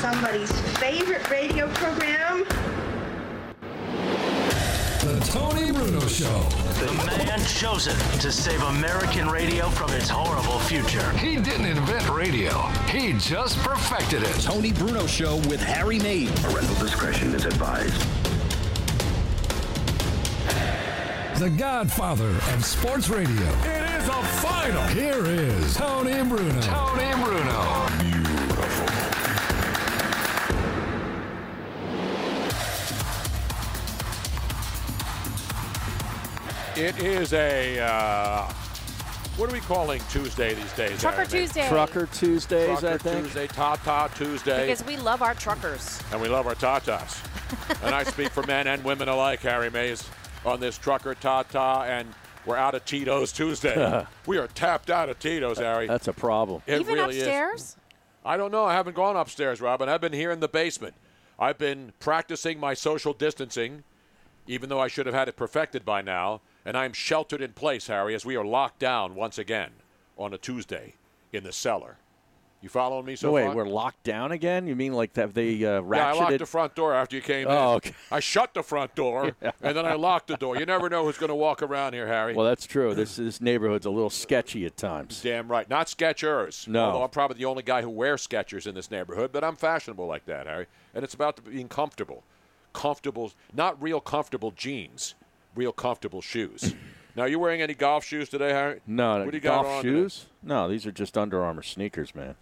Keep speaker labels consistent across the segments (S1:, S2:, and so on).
S1: somebody's favorite radio program.
S2: The Tony Bruno Show.
S3: The man chosen to save American radio from its horrible future.
S2: He didn't invent radio, he just perfected it.
S4: Tony Bruno Show with Harry Maid.
S5: Parental discretion is advised.
S2: The godfather of sports radio. It is a final. Here is Tony Bruno. Tony Bruno.
S6: It is a uh, what are we calling Tuesday these days?
S7: Trucker
S6: Iron Man?
S7: Tuesday.
S8: Trucker Tuesdays,
S6: Trucker
S8: I think.
S6: Tuesday, Tata Tuesday,
S7: Because we love our truckers.
S6: and we love our tatas. and I speak for men and women alike, Harry Mays, on this Trucker Tata, and we're out of Tito's Tuesday. we are tapped out of Tito's, Harry.
S8: That's a problem.
S6: It
S7: Even
S6: really is.
S7: upstairs?
S6: I don't know. I haven't gone upstairs, Robin. I've been here in the basement. I've been practicing my social distancing, even though I should have had it perfected by now. And I'm sheltered in place, Harry, as we are locked down once again on a Tuesday in the cellar. You following me so
S8: No, wait,
S6: far?
S8: we're locked down again? You mean like have they
S6: yeah,
S8: uh,
S6: I locked
S8: ratcheted?
S6: the front door after you came in.
S8: Oh, okay.
S6: I shut the front door and then I locked the door. You never know who's going to walk around here, Harry.
S8: well, that's true. This this neighborhood's a little sketchy at times.
S6: Damn right. Not Skechers.
S8: No.
S6: Although I'm probably the only guy who wears Skechers in this neighborhood, but I'm fashionable like that, Harry. And it's about being comfortable. Comfortable, not real comfortable jeans, real comfortable shoes. now, are you wearing any golf shoes today, Harry?
S8: No,
S6: What do you
S8: golf
S6: got on today?
S8: shoes? No, these are just Under Armour sneakers, man.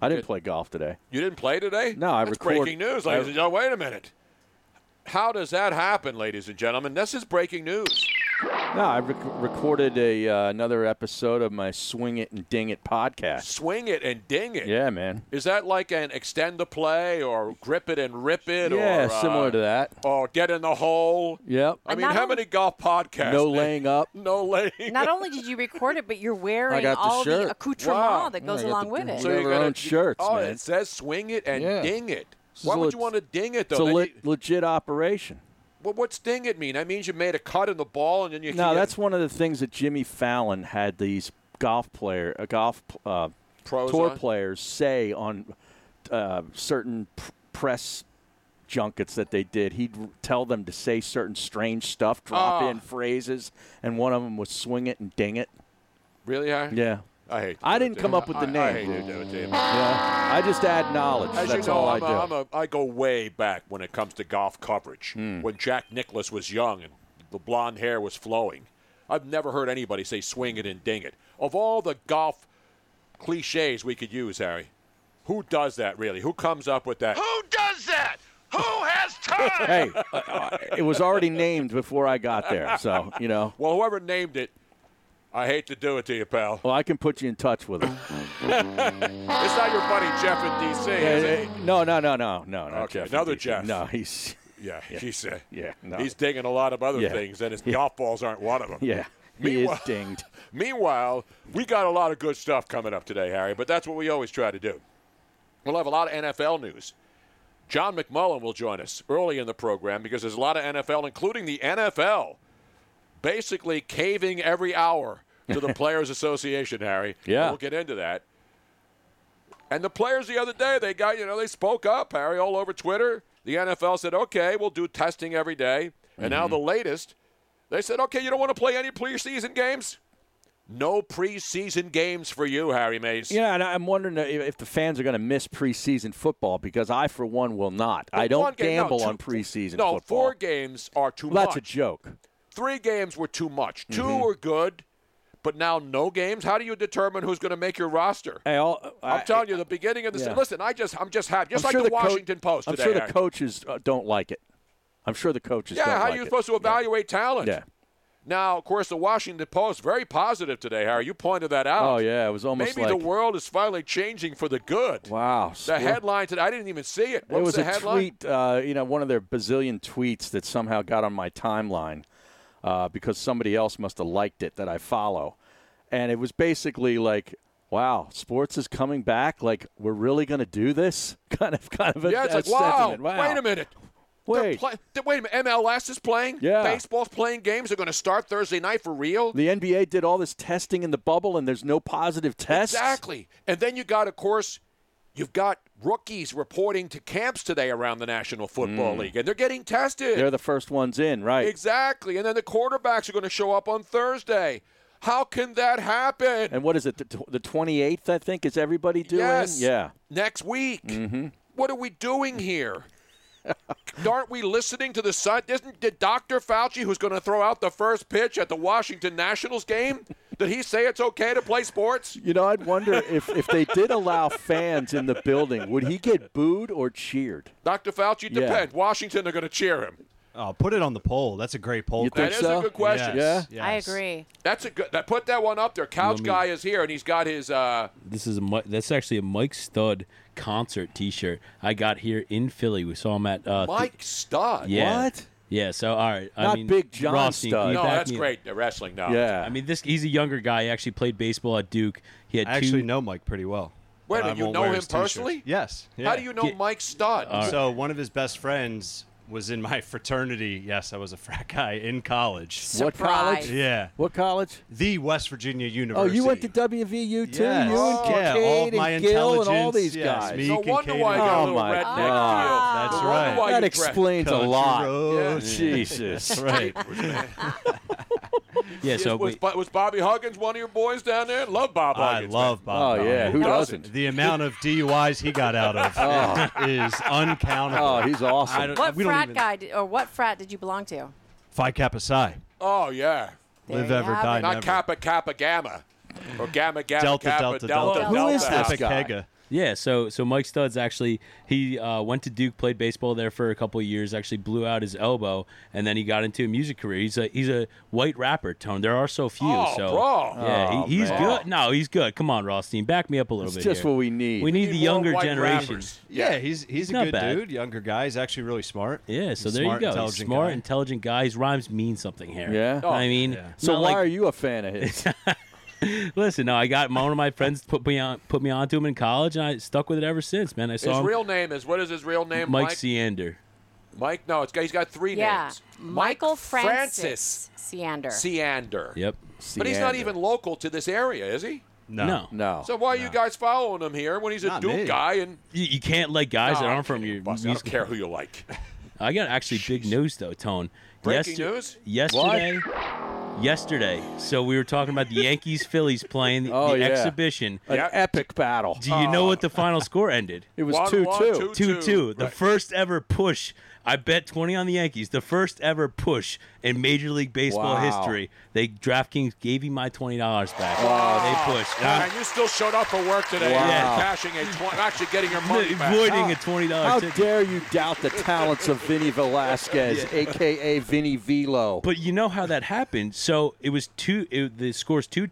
S8: I didn't play golf today.
S6: You didn't play today?
S8: No, I
S6: That's
S8: record-
S6: breaking news, ladies
S8: I-
S6: and gentlemen. Wait a minute. How does that happen, ladies and gentlemen? This is breaking news.
S8: No, I rec- recorded a uh, another episode of my Swing It and Ding It podcast.
S6: Swing it and ding it.
S8: Yeah, man.
S6: Is that like an extend the play or grip it and rip it? or,
S8: yeah,
S6: uh,
S8: similar to that.
S6: Or get in the hole.
S8: Yep.
S6: I
S7: And
S6: mean,
S7: not
S6: how
S7: only-
S6: many golf podcasts?
S8: No laying up.
S6: No laying.
S7: Not only did you record it, but you're wearing
S8: got the
S7: all
S8: shirt.
S7: the accoutrement
S6: Wow.
S7: that goes
S8: I got
S7: along
S8: the-
S7: with it.
S8: So- have our own shirts,
S6: Oh,
S8: man.
S6: it says swing it and
S8: Yeah.
S6: ding it.
S8: This
S6: Why
S8: is
S6: would
S8: lit-
S6: you want to ding it
S8: It's a
S6: though? That
S8: lit,
S6: mean-
S8: legit operation.
S6: well, what's ding it mean? That means you made a cut in the ball and then you.
S8: No, that's one of the things that Jimmy Fallon had these golf player, uh, golf uh,
S6: Pros
S8: tour
S6: on?
S8: players say on uh, certain pr- press junkets that they did. He'd r- tell them to say certain strange stuff, drop
S6: Ah.
S8: in phrases, and one of them was swing it and ding it.
S6: really high.
S8: Yeah.
S6: I hate. to
S8: I
S6: do it
S8: didn't
S6: to
S8: come
S6: you.
S8: up with the
S6: I- I
S8: name.
S6: hate to do it to you.
S8: Yeah. I just add knowledge.
S6: As
S8: That's
S6: you know,
S8: all
S6: I'm
S8: do.
S6: a, I'm a, I go way back when it comes to golf coverage.
S8: Hmm.
S6: When Jack Nicklaus was young and the blonde hair was flowing, I've never heard anybody say swing it and ding it. Of all the golf cliches we could use, Harry, who does that really? Who comes up with that?
S3: Who does that? Who has time?
S8: hey, uh, uh, it was already named before I got there, so you know.
S6: Well, whoever named it, I hate to do it to you, pal.
S8: Well, I can put you in touch with him.
S6: It's not your buddy Jeff in D.C., is
S8: Uh,
S6: it?
S8: uh, no, no, no, no, no. not
S6: Okay,
S8: Jeff
S6: another
S8: Indeed.
S6: Jeff.
S8: No, he's
S6: Yeah, he's uh,
S8: yeah, no.
S6: he's digging a lot of other
S8: Yeah.
S6: things, and his golf balls aren't one of them.
S8: yeah. He is
S6: Meanwhile-
S8: dinged.
S6: Meanwhile, we got a lot of good stuff coming up today, Harry, but that's what we always try to do. We'll have a lot of NFL news. John McMullen will join us early in the program because there's a lot of NFL, including the NFL, basically caving every hour to the Players Association, Harry.
S8: Yeah.
S6: We'll get into that. And the players the other day, they got, you know, they spoke up, Harry, all over Twitter. The NFL said, okay, we'll do testing every day. And
S8: Mm-hmm.
S6: now the latest, they said, okay, you don't want to play any preseason games? No preseason games for you, Harry Mays.
S8: Yeah, and I'm wondering if if the fans are going to miss preseason football because I, for one, will not. I
S6: But one
S8: don't
S6: game- no,
S8: gamble
S6: two-
S8: on preseason
S6: No,
S8: football.
S6: four games are too
S8: Well,
S6: much.
S8: that's a joke. Mm-hmm.
S6: Three games were too much. Two were good, but now no games. How do you determine who's going to make your roster?
S8: Hey, all,
S6: I'm
S8: I-
S6: telling you, the beginning of the
S8: Yeah.
S6: season. Listen, I just, I'm just happy.
S8: I'm
S6: Just like
S8: sure
S6: the
S8: coach-
S6: Washington Post today.
S8: I'm sure the
S6: Harry.
S8: coaches uh, don't like it. I'm sure the coaches.
S6: Yeah,
S8: don't
S6: how
S8: like
S6: are you
S8: it.
S6: supposed to evaluate talent?
S8: Yeah.
S6: Now, of course, the Washington Post very positive today, Harry. You pointed that out.
S8: Oh yeah, it was almost
S6: Maybe
S8: like
S6: the world is finally changing for the good.
S8: wow.
S6: The headline today, I didn't even see it. What
S8: it was
S6: the
S8: a
S6: headline?
S8: tweet, uh, you know, one of their bazillion tweets that somehow got on my timeline uh, because somebody else must have liked it that I follow, and it was basically like, "Wow, sports is coming back. Like, we're really going to do this?" Kind of, kind of. A,
S6: Yeah, it's
S8: a
S6: like, wow,
S8: sentiment. wow.
S6: wait a minute. They're
S8: Wait,
S6: play- th- wait a minute. MLS is playing.
S8: Yeah.
S6: Baseball's playing games. They're going to start Thursday night for real.
S8: the NBA did all this testing in the bubble, and there's no positive tests.
S6: Exactly. And then you got, of course, you've got rookies reporting to camps today around the National Football League, and they're getting tested.
S8: Mm. They're the first ones in, right?
S6: exactly. And then the quarterbacks are going to show up on Thursday. How can that happen?
S8: And what is it? The, tw- the 28th, I think, is everybody doing?
S6: Yes.
S8: Yeah. Mm-hmm.
S6: Next week. What are we doing here? Aren't we listening to the sun? Isn't did Dr. Fauci, who's going to throw out the first pitch at the Washington Nationals game, did he say it's okay to play sports?
S8: You know, I'd wonder if, if they did allow fans in the building, would he get booed or cheered?
S6: Dr. Fauci,
S8: Yeah.
S6: depend. Washington are going to cheer him.
S9: Oh, put it on the poll. That's a great poll.
S8: You
S9: question.
S6: That
S8: think
S6: is
S8: so?
S6: a good question.
S8: Yes.
S9: Yeah.
S7: I
S9: Yes.
S7: agree.
S6: That's a good. That put that one up there. Couch
S10: Let me-
S6: guy is here, and he's got his. uh
S10: This is a Mi- that's actually a Mike Stud concert T-shirt I got here in Philly. We saw him at uh,
S6: Mike Stott.
S10: Yeah.
S8: What?
S10: Yeah. So all right. I
S8: Not
S10: mean,
S8: Big John
S10: Rothstein, can
S8: Studd.
S10: you
S6: No,
S10: back
S6: that's
S10: me up?
S6: great. The wrestling now.
S8: Yeah.
S10: I mean, this he's a younger guy. He actually played baseball at Duke. He had
S9: I actually
S10: two.
S9: know Mike pretty well.
S6: Wait a
S9: But I
S6: minute, you
S9: won't
S6: know
S9: wear
S6: him
S9: his t-shirts.
S6: personally?
S9: Yes.
S6: How
S9: yeah.
S6: do you know Mike Stott?
S9: So one of his best friends was in my fraternity. Yes, I was a frat guy in college.
S8: What college?
S7: Surprise.
S9: Yeah.
S8: What college?
S9: The West Virginia
S8: Oh,
S9: University.
S8: you went to WVU
S9: Yes.
S8: too? You and
S9: Oh, yeah, all
S8: Kincaid
S9: my
S8: and Gill and all
S9: intelligence,
S8: these
S9: yes,
S8: guys.
S9: me.
S6: no
S9: Kincaid
S6: wonder why I
S9: and-
S6: got a
S8: Oh,
S6: little
S8: my
S6: redneck
S9: That's
S6: feel. No
S9: right.
S6: wonder why
S8: That
S6: you dress-
S8: explains a
S9: Country
S8: lot.
S9: roads.
S8: Jesus.
S9: Right.
S10: Yeah. So
S6: was,
S10: we-
S6: Bo- was Bobby Huggins one of your boys down there? Love Bob
S9: I
S6: Huggins.
S9: love Bob.
S8: Oh,
S9: Dylan.
S8: yeah, who doesn't?
S9: The amount of DUIs he got out of is uncountable.
S8: Oh, he's
S9: I
S8: awesome.
S9: don't-
S7: What
S9: we don't
S7: frat
S9: even-
S7: guy did, or what frat did you belong to?
S9: Phi Kappa Psi.
S6: Oh yeah,
S7: There
S9: Live
S7: you
S9: ever,
S7: have
S9: die
S7: it.
S6: not
S9: never.
S6: Kappa Kappa Gamma, or Gamma Gamma
S9: Delta,
S6: Kappa
S9: Delta,
S6: Delta.
S9: Delta.
S8: Who is this
S9: Kappa
S8: guy?
S9: Kega.
S10: Yeah, so so Mike Studs actually he uh, went to Duke, played baseball there for a couple of years, actually blew out his elbow, and then he got into a music career. He's a he's a white rapper, Tone. There are so few.
S6: Oh,
S10: so
S6: bro.
S10: yeah,
S8: Oh,
S10: he, he's
S8: man.
S10: good. No, he's good. Come on, Rothstein, back me up a little
S8: It's
S10: bit.
S8: just
S10: here.
S8: what we need.
S10: We need the
S6: Need more
S10: younger
S6: white
S10: generation.
S6: rappers.
S9: Yeah, he's he's, a
S10: not
S9: good
S10: bad.
S9: dude, younger guy. He's actually really smart.
S10: Yeah, so
S9: He's
S10: there you
S9: smart,
S10: go. He's
S9: Intelligent
S10: smart,
S9: guy. Oh,
S10: intelligent guy. His rhymes mean something here.
S8: Yeah.
S10: I mean,
S8: so
S10: not
S8: why
S10: like-
S8: are you a fan of his?
S10: Listen, no, I got my, one of my friends put me on put me onto him in college, and I stuck with it ever since. Man, I saw
S6: His
S10: him.
S6: real name is what is his real name?
S10: Mike,
S6: Mike.
S10: Seander.
S6: Mike? No, it's got, he's got three
S7: Yeah.
S6: names.
S7: Michael
S6: Mike
S7: Francis, Seander.
S6: Seander.
S10: Yep.
S6: But he's not
S8: Seander.
S6: even local to this area, is he?
S9: No.
S10: no.
S8: No.
S6: So why are you guys following him here when he's a
S9: Not
S6: Duke
S9: me.
S6: guy? And
S10: You, you can't like guys
S6: No,
S10: that
S6: I'm
S10: aren't from
S6: kidding,
S10: your.
S6: Buster. I don't care who you like.
S10: I got actually big news though, Tone.
S6: Breaking news?
S10: Yesterday. Yesterday. So we were talking about the Yankees Phillies playing the,
S8: Oh,
S10: the
S8: yeah.
S10: exhibition.
S8: An
S6: Yep.
S8: epic battle.
S10: Do you know what the final score ended?
S8: It was
S6: One,
S8: 2
S6: one,
S8: 2.
S6: two,
S10: Two two. The
S6: Right.
S10: first ever push. I bet twenty on the Yankees. The first ever push in Major League Baseball
S8: Wow.
S10: history. They DraftKings gave me my twenty dollars back. They pushed. And I'm
S6: And you still showed up for work today,
S8: Wow.
S6: and cashing a tw- actually getting your money back.
S10: avoiding a twenty
S8: How
S10: dollars ticket.
S8: dare you doubt the talents of Vinny Velasquez, a.k.a. Vinny Velo.
S10: But you know how that happened. So it was two. It, the score's two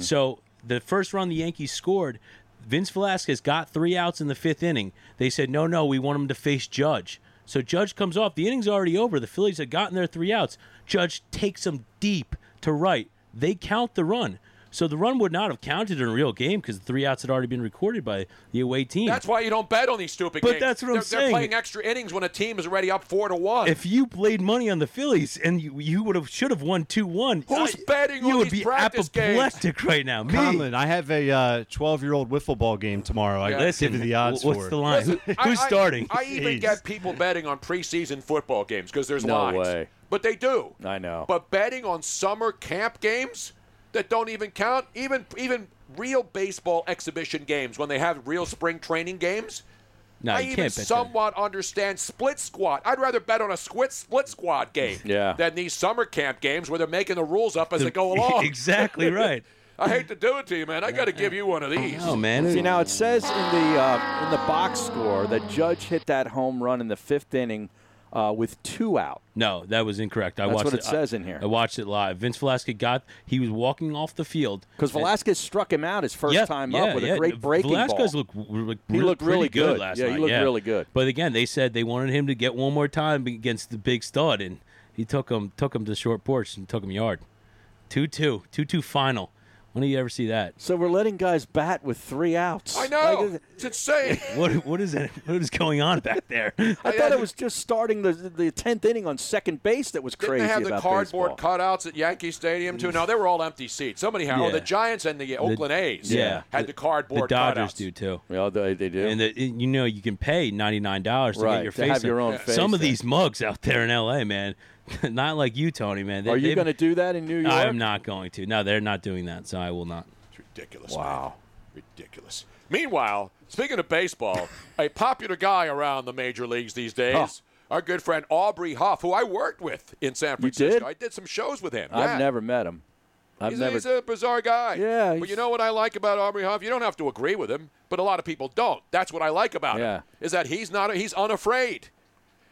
S10: So the first run the Yankees scored, Vince Velasquez got three outs in the fifth inning. They said, no, no, we want him to face Judge. So Judge comes off. The inning's already over. The Phillies had gotten their three outs. Judge takes them deep to right. They count the run. So the run would not have counted in a real game because the three outs had already been recorded by the away team.
S6: That's why you don't bet on these stupid
S10: But
S6: games.
S10: that's what I'm
S6: they're, They're
S10: saying.
S6: playing extra innings when a team is already up four to one.
S10: if you played money on the Phillies and you, you would have should have won two one,
S6: Who's betting
S10: You
S6: on
S10: would
S6: these
S10: be
S6: practice games?
S10: apoplectic right now. Me.
S9: Conlon, I have a 12 year old wiffle ball game tomorrow. I gotta
S10: Listen,
S9: give you the odds
S10: what's
S9: for
S10: the
S9: it.
S10: line?
S6: Listen,
S10: Who-
S6: I-
S10: Who's
S6: I-
S10: starting?
S6: I, even
S9: Jeez.
S6: get people betting on preseason football games because there's
S8: No
S6: lines.
S8: way.
S6: But they do.
S8: I know.
S6: But betting on summer camp games that don't even count, even even real baseball exhibition games when they have real spring training games.
S10: no,
S6: I
S10: you
S6: even
S10: can't bet
S6: somewhat understand split squad. I'd rather bet on a squid split squad game
S8: Yeah.
S6: than these summer camp games where they're making the rules up as
S10: that.
S6: they go along.
S10: exactly right.
S6: I hate to do it to you, man. I got to give you one of these.
S10: Oh man,
S8: See now, it says in the uh, in the box score that Judge hit that home run in the fifth inning uh, with two out.
S10: no, that was incorrect. I
S8: That's
S10: watched
S8: what it
S10: I-
S8: says in here.
S10: I watched it live. Vince Velasquez got he was walking off the field
S8: Because Velasquez struck him out his first
S10: yeah,
S8: time
S10: yeah,
S8: up with
S10: yeah.
S8: a great breaking
S10: Velasquez
S8: ball.
S10: looked, looked
S8: He looked
S10: pretty
S8: really good.
S10: last
S8: Yeah, he
S10: night.
S8: looked really good.
S10: But again, they said they wanted him to get one more time against the big stud, and he took him took him to short porch and took him yard. 2-2, 2-2 final. When do you ever see that?
S8: So we're letting guys bat with three outs.
S6: I know.
S8: Like,
S6: it's insane.
S10: What what is that? What is going on back there?
S8: I thought it was just starting the the tenth inning on second base that was
S6: Didn't
S8: crazy
S6: they have the
S8: about
S6: cardboard
S8: baseball.
S6: cutouts at Yankee Stadium too? No, they were all empty seats. Somebody had. Oh,
S10: Yeah.
S6: the Giants and the, Oakland A's.
S10: yeah.
S6: had the, cardboard.
S10: the Dodgers
S6: cutouts.
S10: do too.
S8: Yeah, they, they do.
S10: And the, you know you can pay ninety nine dollars to
S8: Right,
S10: get your
S8: to
S10: face.
S8: have your
S10: in.
S8: own face
S10: Some of
S8: there.
S10: these mugs out there in L.A., man, not like you, Tony, man. They-
S8: Are you
S10: they've-
S8: going to do that in New York?
S10: I am not going to. No, they're not doing that, so I will not.
S6: It's ridiculous.
S8: Wow.
S6: man. Ridiculous. Meanwhile, speaking of baseball, a popular guy around the major leagues these days, our good friend Aubrey Huff, who I worked with in San
S8: You did?
S6: Francisco. I did some shows with him.
S8: I've
S6: Yeah.
S8: never met him. I've
S6: He's,
S8: never.
S6: he's a bizarre guy.
S8: Yeah,
S6: But
S8: he's-
S6: you know what I like about Aubrey Huff? You don't have to agree with him, but a lot of people don't. That's what I like about
S8: Yeah.
S6: him. Is that he's not he's unafraid.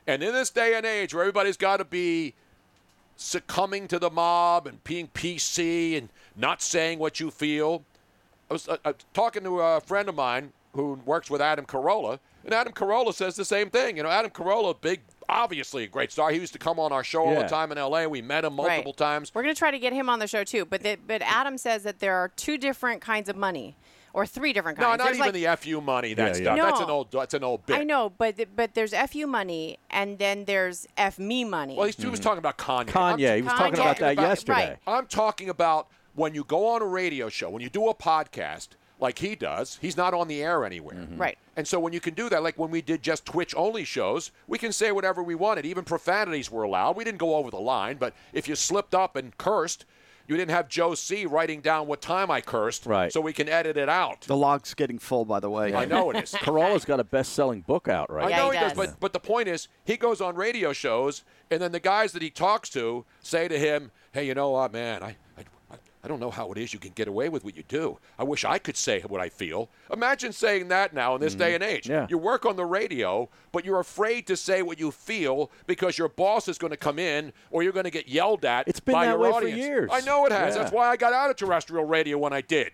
S6: And in this day and age where everybody's got to be succumbing to the mob and being PC and not saying what you feel, I was uh, uh, talking to a friend of mine who works with Adam Carolla, and Adam Carolla says the same thing. You know, Adam Carolla, big, obviously a great star. He used to come on our show all
S8: Yeah.
S6: the time in L.A. We met him multiple
S7: right.
S6: times.
S7: We're going to try to get him on the show too, but the, but Adam says that there are two different kinds of money, or three different
S6: No,
S7: kinds.
S6: not
S7: There's,
S6: even
S7: like,
S6: the fu money. That
S8: Yeah,
S6: stuff.
S7: yeah.
S6: That's
S7: No.
S6: an old. That's an old bit.
S7: I know, but th- but there's fu money, and then there's f me money.
S6: Well, he's, he was
S9: Hmm.
S6: talking about Kanye. I'm-
S8: Kanye. He was talking
S7: Kanye.
S8: about that
S7: Talking about-
S8: yesterday.
S7: right.
S6: I'm talking about when you go on a radio show, when you do a podcast like he does. He's not on the air anywhere.
S8: Mm-hmm.
S7: right.
S6: And so when you can do that, like when we did just Twitch only shows, we can say whatever we wanted. Even profanities were allowed. We didn't go over the line, but if you slipped up and cursed, you didn't have Joe C writing down what time I cursed,
S8: Right.
S6: so we can edit it out.
S11: The log's getting full, by the way.
S6: I know it is.
S8: Corolla's got a best-selling book out right
S6: I
S7: Yeah,
S6: know
S7: he
S6: he does,
S7: does.
S6: but but the point is, he goes on radio shows, and then the guys that he talks to say to him, "Hey, you know what, man? I, I I don't know how it is you can get away with what you do. I wish I could say what I feel. Imagine saying that now in this day and age.
S8: Mm-hmm. Yeah.
S6: You work on the radio, but you're afraid to say what you feel because your boss is going to come in, or you're going to get yelled at.
S8: It's been
S6: by
S8: that
S6: your
S8: way for
S6: audience.
S8: years.
S6: I know it has.
S8: Yeah.
S6: That's why I got out of terrestrial radio when I did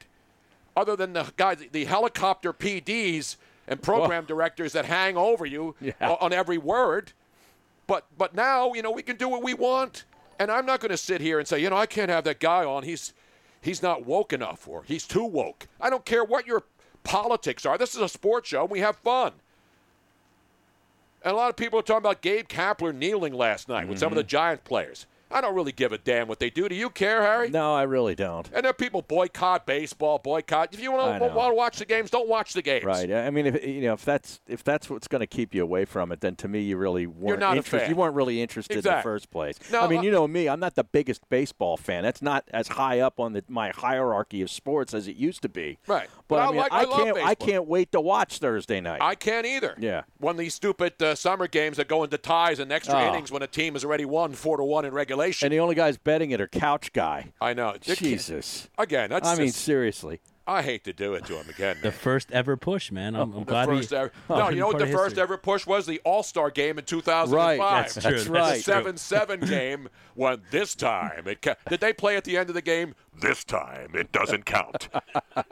S6: other than the guys, the helicopter PDs and program directors that hang over you o- on every word. But but now you know we can do what we want, and I'm not going to sit here and say you know I can't have that guy on. He's he's not woke enough or he's too woke. I don't care what your politics are. This is a sports show. and We have fun. And a lot of people are talking about Gabe Kapler kneeling last night with
S8: Mm-hmm.
S6: some of the Giants players. I don't really give a damn what they do. Do you care, Harry?
S8: No, I really don't.
S6: And there are people boycott baseball, boycott. If you
S8: I
S6: want to
S8: know.
S6: want to watch the games, don't watch the games.
S8: Right. I mean, if you know, if that's if that's what's going to keep you away from it, then to me, you really weren't
S6: not a
S8: interested.
S6: fan.
S8: You weren't really interested in
S6: Exactly.
S8: the first place.
S6: No,
S8: I mean,
S6: I-
S8: you know me. I'm not the biggest baseball fan. That's not as high up on the, my hierarchy of sports as it used to be.
S6: Right.
S8: But,
S6: But I
S8: I, mean,
S6: like- I
S8: I
S6: love
S8: can't. I
S6: baseball.
S8: can't wait to watch Thursday night.
S6: I can't either.
S8: Yeah.
S6: One of these stupid uh, summer games that go into ties and extra
S8: Oh.
S6: innings when a team has already won four to one in regulation.
S8: and the only guys betting it are Couch Guy.
S6: I know. It-
S8: Jesus.
S6: Again, that's
S8: I mean,
S6: just-
S8: seriously.
S6: I hate to do it to him again.
S10: The first ever push, man. I'm, I'm glad.
S6: first
S10: he,
S6: ever. No, you know
S10: part
S6: what the
S10: of history.
S6: first ever push was? The All Star game in 2005.
S8: Right, that's
S10: That's true.
S8: That's
S10: That's
S8: right.
S10: true.
S6: Seven seven game. When this time it ca- did they play at the end of the game? This time it doesn't count.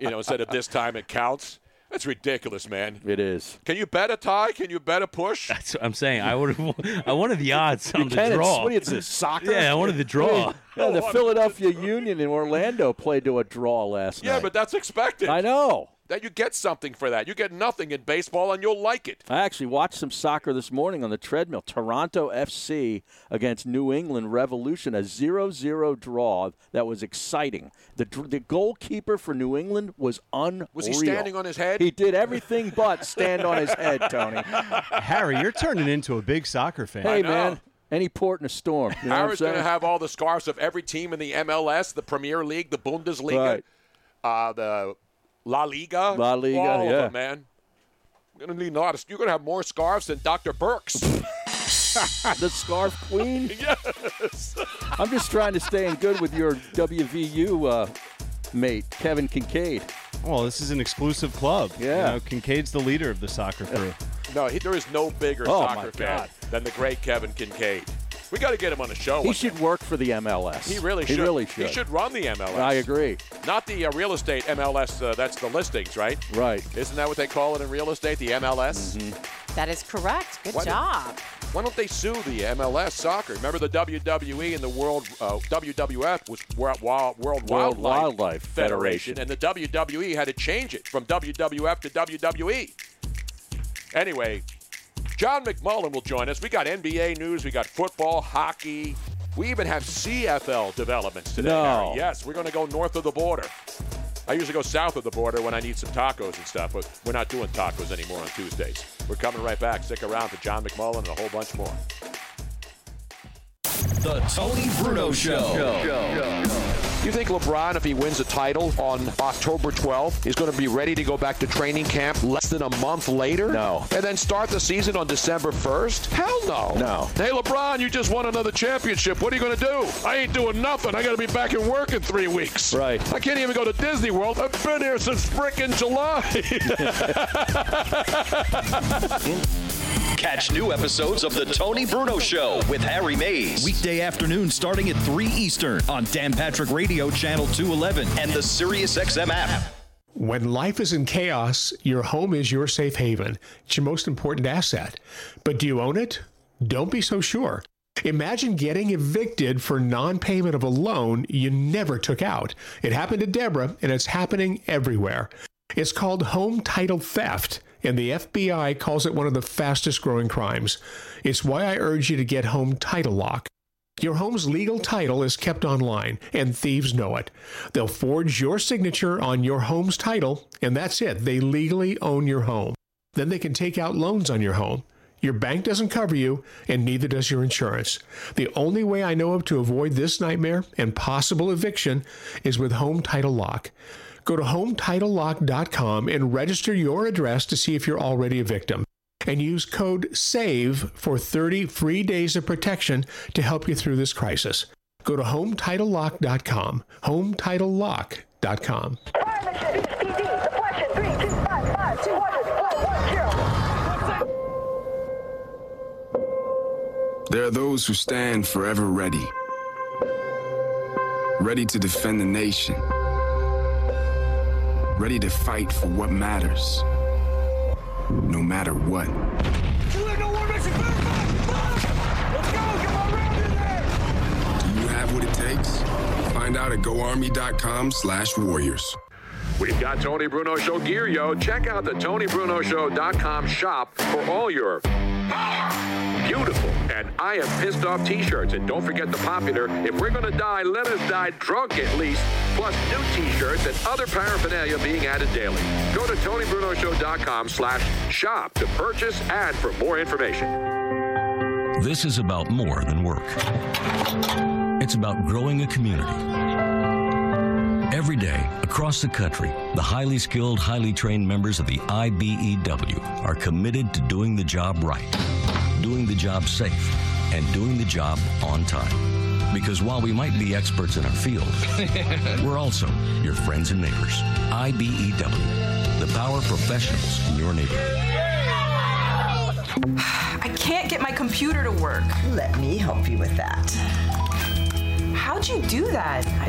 S6: you know, instead of this time it counts. That's ridiculous, man.
S8: It is.
S6: Can you bet a tie? Can you bet a push?
S10: That's what I'm saying. I would. have. I wanted the odds on
S8: Ken,
S10: the
S8: it's-
S10: draw.
S8: What is this? Soccer?
S10: Yeah, I wanted the draw.
S8: Yeah,
S6: Oh,
S8: the Philadelphia Union in Orlando played to a draw last
S6: Yeah,
S8: night.
S6: but that's expected.
S8: I know.
S6: That you get something for that. You get nothing in baseball, and you'll like it.
S8: I actually watched some soccer this morning on the treadmill. Toronto FC against New England Revolution, a 0-0 draw that was exciting. The dr- the goalkeeper for New England was unreal.
S6: Was he standing on his head?
S8: He did everything but stand on his head, Tony.
S9: Harry, you're turning into a big soccer fan.
S8: Hey man, any port in a storm. You know what I'm
S6: Howard's going to
S8: saying?
S6: have all the scarves of every team in the MLS, the Premier League, the Bundesliga,
S8: Right.
S6: uh, the La Liga.
S8: La Liga,
S6: all of
S8: yeah.
S6: them, man. You're going to need a lot of. You're going to have more scarves than Dr. Burks.
S8: the scarf queen. I'm just trying to stay in good with your WVU uh, mate, Kevin Kincaid.
S9: Well, this is an exclusive club.
S8: Yeah.
S9: You know, Kincaid's the leader of the soccer crew.
S6: no, he, there is no bigger
S8: Oh, my
S6: soccer fan
S8: God.
S6: than the great Kevin Kincaid. We got to get him on the show.
S8: He
S6: one
S8: should work for the MLS.
S6: day. Oh, He really should.
S8: He really should.
S6: He should run the MLS.
S8: I agree.
S6: Not the uh, real estate MLS. Uh, that's the listings, right?
S8: Right.
S6: Isn't that what they call it in real estate? The MLS.
S7: That is correct. Good
S6: Why did-
S7: job.
S6: Why don't they sue the MLS soccer? Remember the WWE and the World uh, WWF was World, Wild, World,
S8: World
S6: Wildlife,
S8: Wildlife
S6: Federation,
S8: Federation.
S6: and the WWE had to change it from WWF to E. WWE. Anyway, John McMullen will join us. We got NBA news, we got football, hockey. We even have CFL developments today.
S8: No.
S6: Harry. Yes, we're going to go north of the border. I usually go south of the border when I need some tacos and stuff, but we're not doing tacos anymore on Tuesdays. We're coming right back. Stick around for John McMullen and a whole bunch more.
S4: The Tony Bruno Show.
S6: You think LeBron, if he wins a title on October 12th, is going to be ready to go back to training camp less than a month later?
S8: No.
S6: And then start the season on December 1st? Hell no.
S8: No.
S6: Hey, LeBron, you just won another championship. What are you going to do? I ain't doing nothing. I got to be back at work in three weeks.
S8: Right.
S6: I can't even go to Disney World. I've been here since frickin' July.
S4: Catch new episodes of The Tony Bruno Show with Harry Mays. Weekday afternoon starting at 3 Eastern on Dan Patrick Radio Channel 211 and the SiriusXM app.
S11: When life is in chaos, your home is your safe haven. It's your most important asset. But do you own it? Don't be so sure. Imagine getting evicted for non payment of a loan you never took out. It happened to Deborah, and it's happening everywhere. It's called home title theft, and the FBI calls it one of the fastest growing crimes. It's why I urge you to get Home Title Lock. Your home's legal title is kept online, and thieves know it. They'll forge your signature on your home's title, and that's it. They legally own your home. Then they can take out loans on your home. Your bank doesn't cover you, and neither does your insurance. The only way I know of to avoid this nightmare and possible eviction is with Home Title Lock. Go to HometitleLock.com and register your address to see if you're already a victim and use code SAVE for 30 free days of protection to help you through this crisis. Go to HometitleLock.com, HometitleLock.com.
S12: Crime and Cities PD, deflection 3255 200
S13: There are those who stand forever ready, ready to defend the nation, ready to fight for what matters, no matter what. Do you have what it takes? Find out at goarmy.com slash warriors.
S6: We've got Tony Bruno Show gear, yo. Check out the TonyBrunoShow.com shop for all your beautiful and I am pissed off t-shirts. And don't forget the popular If We're Gonna Die, Let Us Die Drunk at least, plus new t-shirts and other paraphernalia being added daily. Go to TonyBrunoShow.com slash shop to purchase and for more information.
S14: This is about more than work. It's about growing a community. Every day, across the country, the highly skilled, highly trained members of the IBEW are committed to doing the job right, doing the job safe, and doing the job on time. Because while we might be experts in our field, we're also your friends and neighbors. IBEW, the power professionals in your neighborhood.
S15: I can't get my computer to work. Let me help you with that. How'd you do that? I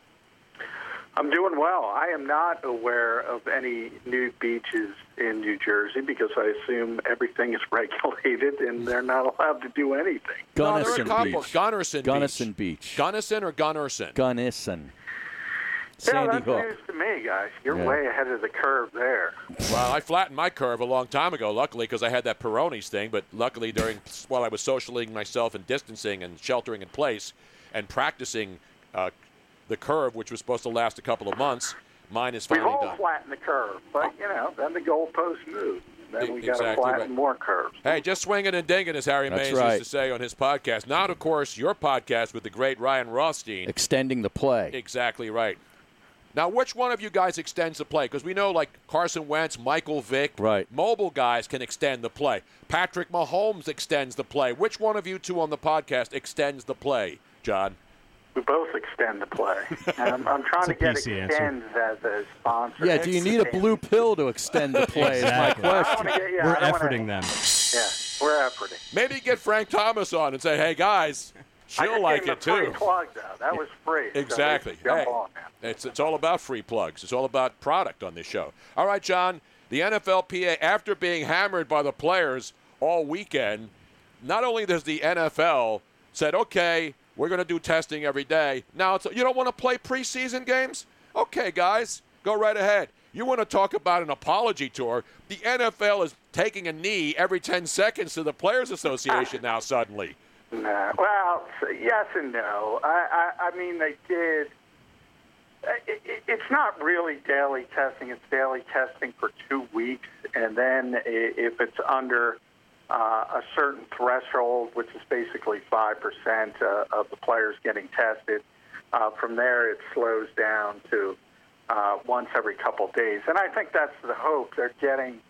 S16: I'm doing well. I am not aware of any nude beaches in New Jersey because I assume everything is regulated and they're not allowed to do anything.
S6: Gunnison no, Beach. Gunnison,
S8: Gunnison
S6: Beach. Gunnison or Gunnison?
S8: Gunnison.
S16: yeah,
S8: Sandy
S16: that's
S8: Hook.
S16: news to me, guys. You're
S6: Yeah.
S16: way ahead of the curve there.
S6: Well, I flattened my curve a long time ago, luckily, because I had that Peronis thing. But luckily, during while I was socializing myself and distancing and sheltering in place and practicing uh, the curve, which was supposed to last a couple of months, mine is
S16: We've
S6: finally
S16: all
S6: done.
S16: flattened the curve, but you know, then the goalposts move. Then we got to
S6: Exactly
S16: flatten
S6: right.
S16: more curves.
S6: Hey, just swinging and dinging, as Harry
S8: That's
S6: Mays
S8: right.
S6: used to say on his podcast. Not, of course, your podcast with the great Ryan Rothstein.
S8: Extending the play.
S6: Exactly right. Now, which one of you guys extends the play? Because we know, like Carson Wentz, Michael Vick, right. mobile guys can extend the play. Patrick Mahomes extends the play. Which one of you two on the podcast extends the play, John?
S16: We both extend the play. And I'm, I'm trying to get
S6: It's a PC answer.
S16: extends as a sponsor.
S8: Yeah, do you need a blue pill to extend the play?
S16: Exactly.
S8: Is my
S16: I
S8: question.
S16: wanna get- yeah, We're I wanna- efforting
S8: them.
S16: Yeah, we're efforting.
S6: Maybe get Frank Thomas on and say, "Hey guys,
S16: I
S6: she'll
S16: just
S6: like
S16: gave him
S6: it
S16: a free
S6: too."
S16: plug, though. That was free. so
S6: Exactly.
S16: just jump
S6: Hey,
S16: on.
S6: it's, it's all about free plugs. It's all about product on this show. All right, John, the NFLPA, after being hammered by the players all weekend, not only does the NFL said, okay, we're going to do testing every day. Now, it's, you don't want to play preseason games? Okay, guys, go right ahead. You want to talk about an apology tour? The NFL is taking a knee every 10 seconds to the Players Association now, suddenly.
S16: Nah. Well, s- yes and no. I, I, I mean, they did. I- i- It's not really daily testing. It's daily testing for two weeks, and then i- if it's under uh, a certain threshold, which is basically five percent uh, of the players getting tested, uh, from there it slows down to uh, once every couple days. And I think that's the hope. They're getting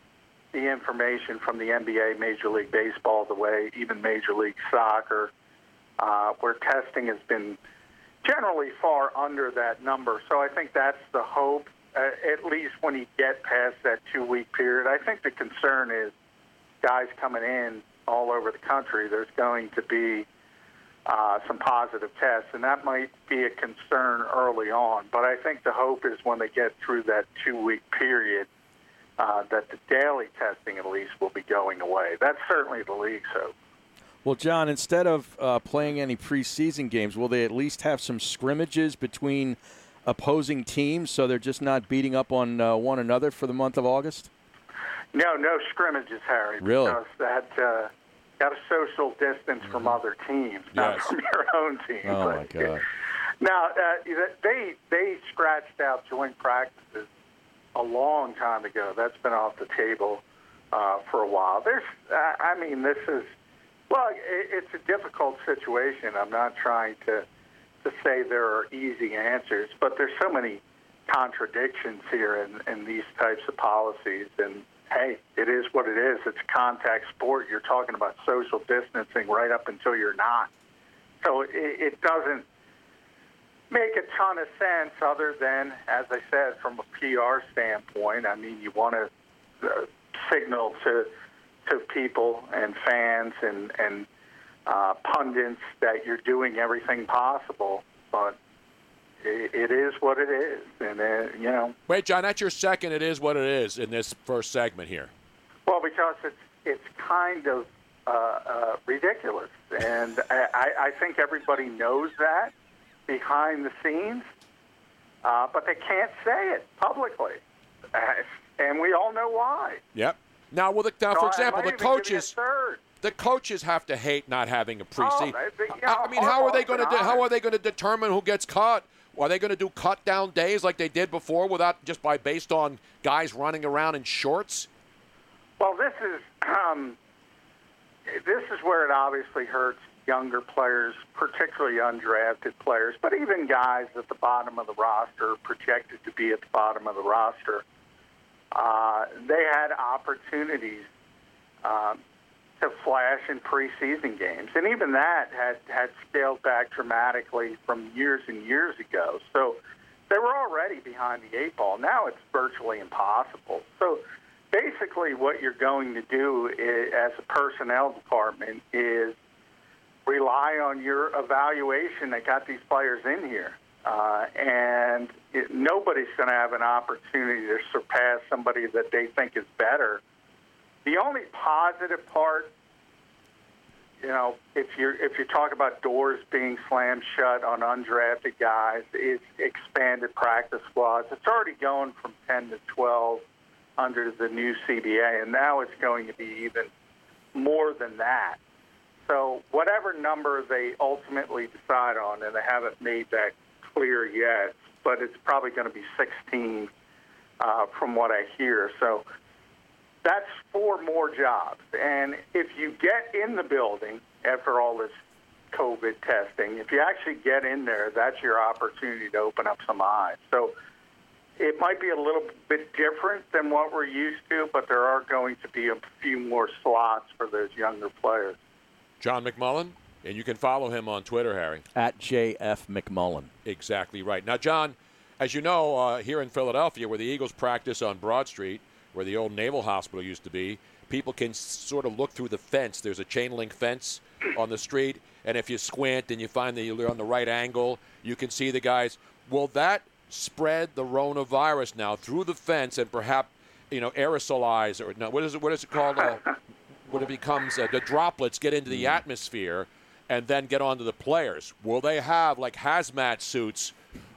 S16: the information from the NBA, Major League Baseball, the way even Major League Soccer, uh, where testing has been generally far under that number. So I think that's the hope, uh, at least when you get past that two week period. I think the concern is guys coming in all over the country, there's going to be uh, some positive tests, and that might be a concern early on. But I think the hope is when they get through that two week period uh, that the daily testing at least will be going away. That's certainly the league's hope.
S8: Well, John, instead of uh, playing any preseason games, will they at least have some scrimmages between opposing teams so they're just not beating up on uh, one another for the month of August?
S16: No, no scrimmages, Harry.
S8: Really?
S16: Because that uh, got a social distance from other teams, not
S8: Mm-hmm. Yes.
S16: from your own team.
S8: Oh, my
S16: But-
S8: God.
S16: Now uh, they they scratched out joint practices a long time ago. That's been off the table uh, for a while. There's, uh, I mean, this is well, i it's a difficult situation. I'm not trying to to say there are easy answers, but there's so many contradictions here in, in these types of policies. And hey, it is what it is. It's a contact sport. You're talking about social distancing right up until you're not. So it, it doesn't make a ton of sense other than, as I said, from a PR standpoint. I mean, you want to uh, signal to to people and fans and and uh, pundits that you're doing everything possible, but it, it is what it is, and uh, you know.
S6: Wait, John, that's your second. It is what it is in this first segment here.
S16: Well, because it's it's kind of uh, uh, ridiculous, and I, I- I think everybody knows that behind the scenes, uh, but they can't say it publicly, Uh, and we all know why.
S6: Yep. Now, well, the, now
S16: So I-
S6: for
S16: I
S6: example,
S16: might
S6: the
S16: even give you a
S6: coaches.
S16: Third.
S6: the coaches have to hate not having a preseason.
S16: Oh, they- they-
S6: I I mean, how are they going to do,
S16: oh,
S6: how are they going to determine who gets cut? Are they going to do cut down days like they did before, without just by based on guys running around in shorts?
S16: Well, this is um, this is where it obviously hurts younger players, particularly undrafted players, but even guys at the bottom of the roster, projected to be at the bottom of the roster. Uh, they had opportunities um, to flash in preseason games, and even that had had scaled back dramatically from years and years ago. So they were already behind the eight ball. Now it's virtually impossible. So basically what you're going to do i as a personnel department is rely on your evaluation that got these players in here. Uh, and it, nobody's going to have an opportunity to surpass somebody that they think is better. The only positive part, you know, if you are if you talk about doors being slammed shut on undrafted guys, is expanded practice squads. It's already going from 10 to 12 under the new CBA, and now it's going to be even more than that. So whatever number they ultimately decide on, and they haven't made that clear yet, but it's probably going to be 16 uh, from what I hear. So that's four more jobs. And if you get in the building after all this COVID testing, if you actually get in there, that's your opportunity to open up some eyes. So it might be a little bit different than what we're used to, but there are going to be a few more slots for those younger players.
S6: John McMullen, and you can follow him on Twitter, Harry.
S8: At JF McMullen.
S6: Exactly right. Now, John, as you know, uh, here in Philadelphia, where the Eagles practice on Broad Street, where the old Naval Hospital used to be, people can s- sort of look through the fence. There's a chain link fence on the street, and if you squint and you find that you're on the right angle, you can see the guys. Will that spread the coronavirus now through the fence and perhaps, you know, aerosolize or no? What is it? What is it called? Uh, when it becomes uh, the droplets get into
S8: Mm.
S6: the atmosphere and then get onto the players. Will they have like hazmat suits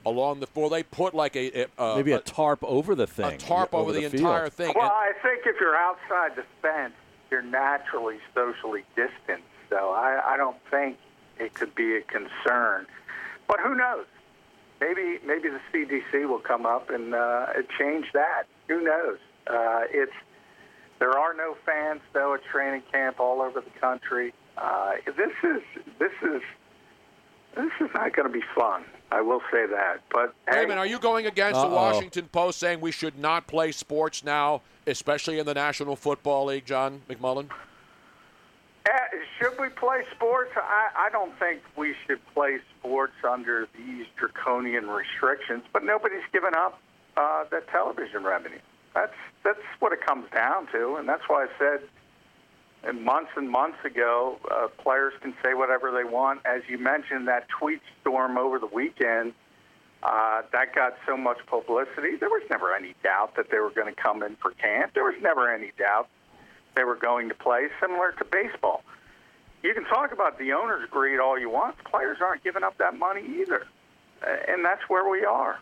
S6: along the? Will they put like a, a, a
S8: Maybe a tarp over the thing.
S6: a tarp over, the,
S8: field.
S6: entire thing?
S16: Well, I think if you're outside the fence, you're naturally socially distanced. So I, I don't think it could be a concern. But who knows? Maybe maybe the CDC will come up and uh, change that. Who knows? Uh, it's there are no fans though at training camp all over the country. Uh, this is this is this is not going to be fun. I will say that. But
S6: Wait
S16: hey,
S6: a minute, are you going against the
S16: Uh-oh.
S6: Washington Post saying we should not play sports now, especially in the National Football League, John McMullen?
S16: Uh, should we play sports? I, I don't think we should play sports under these draconian restrictions, but nobody's given up uh, the television revenue. That's that's what it comes down to, and that's why I said and months and months ago, uh, players can say whatever they want. As you mentioned, that tweet storm over the weekend, uh, that got so much publicity. There was never any doubt that they were going to come in for camp. There was never any doubt they were going to play, similar to baseball. You can talk about the owner's greed all you want. Players aren't giving up that money either. Uh, And that's where we are.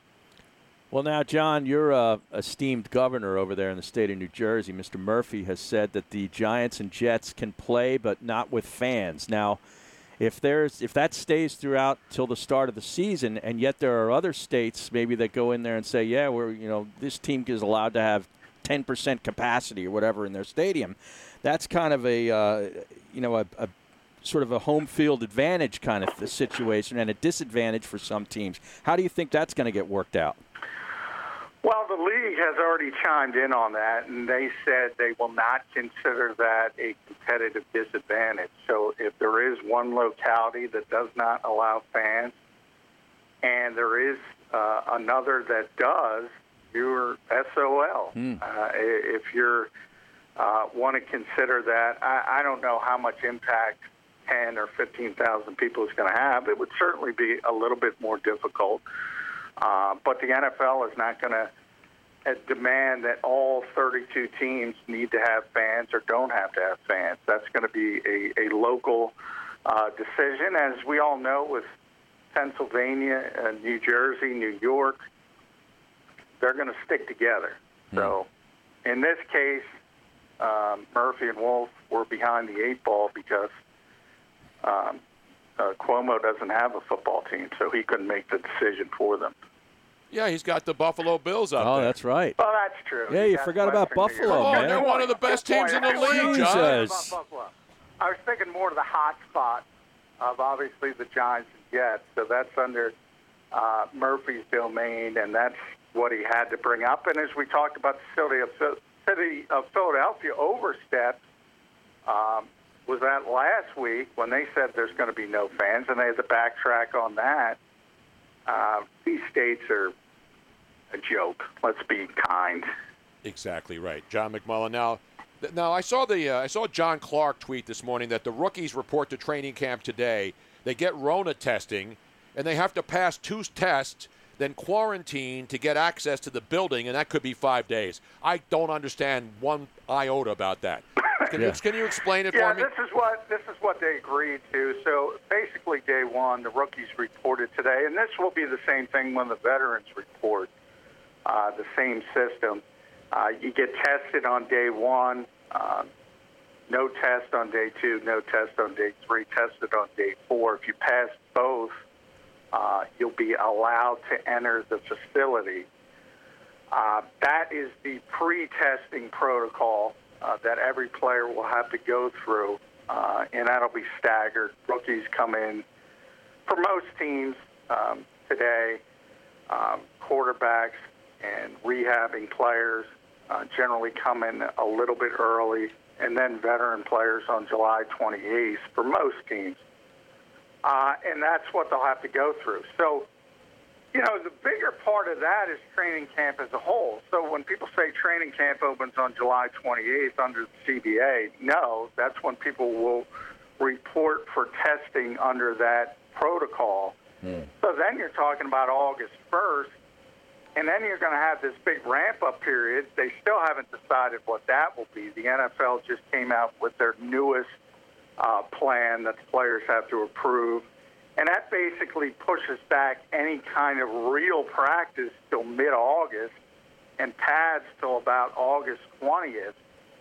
S8: Well, now, John, your uh, esteemed governor over there in the state of New Jersey, Mr. Murphy, has said that the Giants and Jets can play, but not with fans. Now, if there's if that stays throughout till the start of the season, and yet there are other states maybe that go in there and say, yeah, we're you know this team is allowed to have 10% capacity or whatever in their stadium, that's kind of a uh, you know a, a sort of a home field advantage kind of a situation and a disadvantage for some teams. How do you think that's going to get worked out?
S16: Well, the league has already chimed in on that, and they said they will not consider that a competitive disadvantage. So if there is one locality that does not allow fans, and there is uh, another that does, you're SOL.
S17: Mm.
S12: Hmm.
S16: Uh, i- if you're uh, want to consider that, I, I don't know how much impact 10 or 15,000 people is going to have. It would certainly be a little bit more difficult. Uh, but the NFL is not going to demand that all 32 teams need to have fans or don't have to have fans. That's going to be a, a local uh, decision. As we all know, with Pennsylvania, uh, New Jersey, New York, they're going to stick together. So in this case, uh, um, Murphy and Wolf were behind the eight ball because um, uh, Cuomo doesn't have a football team, so he couldn't make the decision for them.
S6: Yeah, he's got the Buffalo Bills up
S8: Oh,
S6: there.
S8: that's right.
S16: Well, that's true.
S8: Yeah, you forgot about Buffalo,
S6: Oh,
S8: man.
S6: they're one of the best teams in the league, John.
S8: Jesus.
S16: I was thinking more of the hot spot of obviously the Giants and Jets, so that's under uh, Murphy's domain, and that's what he had to bring up. And as we talked about the city of, Phil- city of Philadelphia overstepped, um, was that last week when they said there's going to be no fans, and they had to backtrack on that. Uh, these states are a joke. Let's be kind.
S6: Exactly right, John McMullen. Now, th- now I saw the uh, I saw John Clark tweet this morning that the rookies report to training camp today. They get Rona testing, and they have to pass two tests, then quarantine to get access to the building, and that could be five days. I don't understand one iota about that. Can, you,
S16: Yeah.
S6: can you explain it
S16: yeah,
S6: for me?
S16: this is what this is what they agreed to. So basically, day one, the rookies reported today, and this will be the same thing when the veterans report. Uh, the same system. Uh, you get tested on day one. Uh, no test on day two. No test on day three. Tested on day four. If you pass both, uh, you'll be allowed to enter the facility. Uh, that is the pre-testing protocol uh, that every player will have to go through, uh, and that'll be staggered. Rookies come in for most teams um, today. Um, quarterbacks and rehabbing players uh, generally come in a little bit early, and then veteran players on July 28th for most teams. Uh, and that's what they'll have to go through. So, you know, the bigger part of that is training camp as a whole. So when people say training camp opens on July 28th under the CBA, no, that's when people will report for testing under that protocol. So then you're talking about August 1st, and then you're going to have this big ramp up period. They still haven't decided what that will be. The NFL just came out with their newest uh, plan that the players have to approve. And that basically pushes back any kind of real practice till mid August and pads till about August 20th.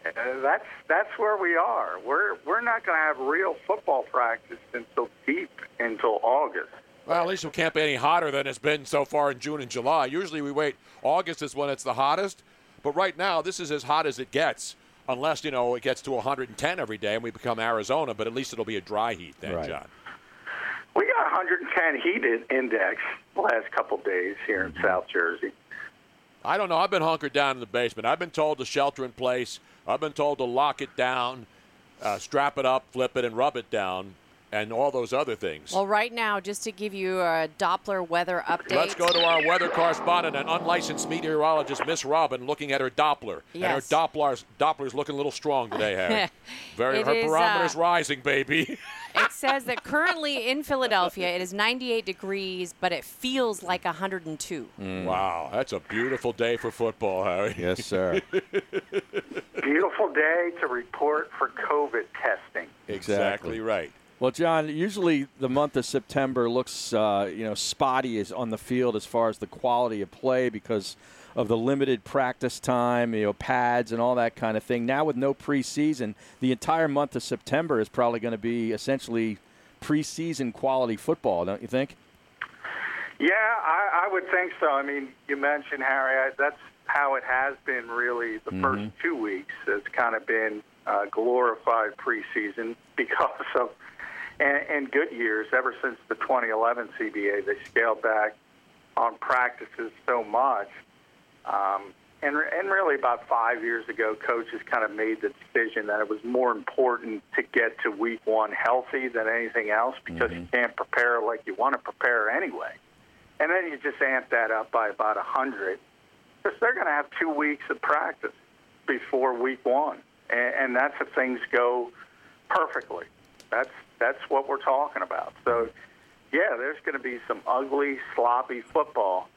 S16: Uh, that's that's where we are. We're we're not going to have real football practice until deep until August.
S6: Well, at least it can't be any hotter than it's been so far in June and July. Usually we wait. August is when it's the hottest, but right now this is as hot as it gets, unless you know it gets to 110 every day and we become Arizona. But at least it'll be a dry heat then, John.
S16: We got 110 heat index the last couple days here in South Jersey.
S6: I don't know. I've been hunkered down in the basement. I've been told to shelter in place. I've been told to lock it down, uh, strap it up, flip it, and rub it down, and all those other things.
S7: Well, right now, just to give you a Doppler weather update.
S6: Let's go to our weather correspondent and unlicensed meteorologist, Miss Robin, looking at her Doppler. And her
S7: Yes.
S6: Doppler's, Doppler's looking a little strong today, Harry. Very,
S7: It
S6: her
S7: is,
S6: barometer's
S7: uh,
S6: rising, baby.
S7: It says that currently in Philadelphia, it is 98 degrees, but it feels like 102.
S6: Wow, that's a beautiful day for football, Harry.
S8: Mm. Yes, sir.
S16: Beautiful day to report for COVID testing.
S6: Exactly right.
S8: Well, John, usually the month of September looks, uh, you know, spotty is on the field as far as the quality of play because of the limited practice time, you know, pads and all that kind of thing. Now with no preseason, the entire month of September is probably going to be essentially preseason quality football, don't you think?
S16: Yeah, I, I would think so. I mean, you mentioned Harry. I, that's how it has been really the first two weeks. It's kind of been uh, glorified preseason because of and, and good years ever since the 2011 CBA. They scaled back on practices so much. Um, and, and really, about five years ago, coaches kind of made the decision that it was more important to get to week one healthy than anything else because you can't prepare like you want to prepare anyway. And then you just amp that up by about 100 because they're going to have two weeks of practice before week one. And, and that's if things go perfectly. That's, that's what we're talking about. So, yeah, there's going to be some ugly, sloppy football.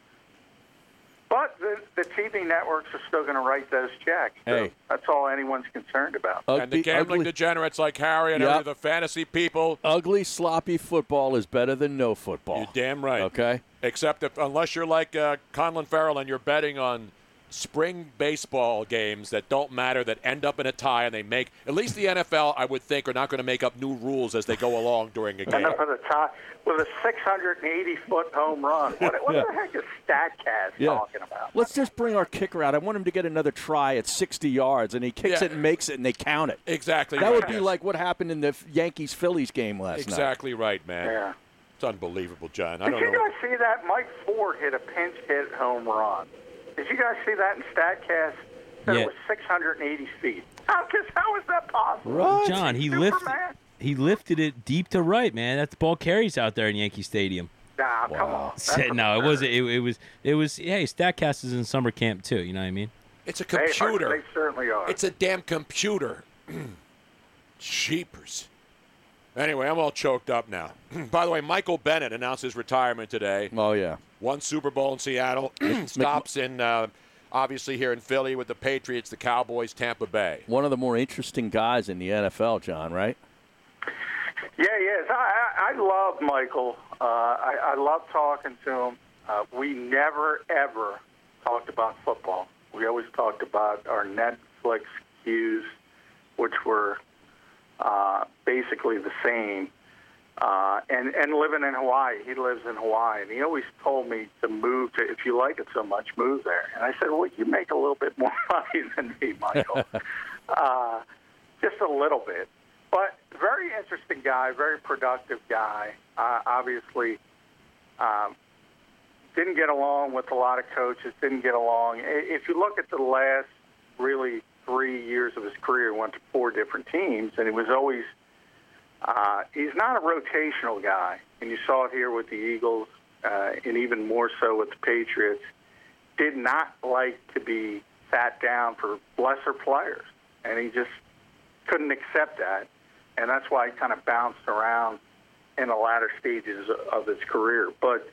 S16: But the, the TV networks are still going to write those checks. So
S6: Hey.
S16: That's all anyone's concerned about.
S6: and the gambling degenerates like Harry and
S8: Yep.
S6: other the fantasy people,
S8: Ugly, sloppy football is better than no football.
S6: damn right.
S8: Okay.
S6: Except if, unless you're like uh, Conlon Farrell and you're betting on spring baseball games that don't matter that end up in a tie and they make at least the NFL I would think are not going to make up new rules as they go along during a game.
S16: End up at the top with a 680 foot home run. What, what the
S8: Yeah.
S16: heck is Statcast talking about?
S8: Let's just bring our kicker out. I want him to get another try at 60 yards, and he kicks
S6: Yeah.
S8: it and makes it, and they count it.
S6: Exactly.
S8: That
S6: right,
S8: would be
S6: yes.
S8: like what happened in the Yankees Phillies game last night.
S6: Exactly right, man.
S16: Yeah.
S6: It's unbelievable, John. I
S16: Did
S6: don't
S16: you
S6: know.
S16: guys see that? Mike Ford hit a pinch hit home run. Did you guys see that in Statcast? That
S10: Yeah.
S16: it was 680 feet. How, cause how is that possible?
S10: John, he
S16: Superman?
S10: lifted he lifted it deep to right, man. That ball carries out there in Yankee Stadium.
S16: Nah, come on.
S10: Said- no, it wasn't. It, it was. It was. Hey, Statcast is in summer camp too. You know what I mean?
S6: It's a
S16: They are-
S6: computer.
S16: They, certainly are.
S6: It's a damn computer. Jeepers. Anyway, I'm all choked up now. By the way, Michael Bennett announced his retirement today.
S8: Oh yeah.
S6: One Super Bowl in Seattle. Stops in uh, obviously here in Philly with the Patriots, the Cowboys, Tampa Bay.
S8: One of the more interesting guys in the NFL, John, right?
S16: Yeah, yes. I, I, I love Michael. Uh, I, I love talking to him. Uh, we never, ever talked about football. We always talked about our Netflix cues, which were uh, basically the same. Uh, and, and living in Hawaii, he lives in Hawaii, and he always told me to move to, if you like it so much, move there. And I said, well, you make a little bit more money than me, Michael. uh, just a little bit. But very interesting guy, very productive guy. Uh, obviously, um, didn't get along with a lot of coaches, didn't get along. I- If you look at the last really three years of his career, he went to four different teams, and he was always, uh, he's not a rotational guy. And you saw it here with the Eagles, uh, and even more so with the Patriots. Did not like to be sat down for lesser players, and he just couldn't accept that, and that's why he kind of bounced around in the latter stages of his career. But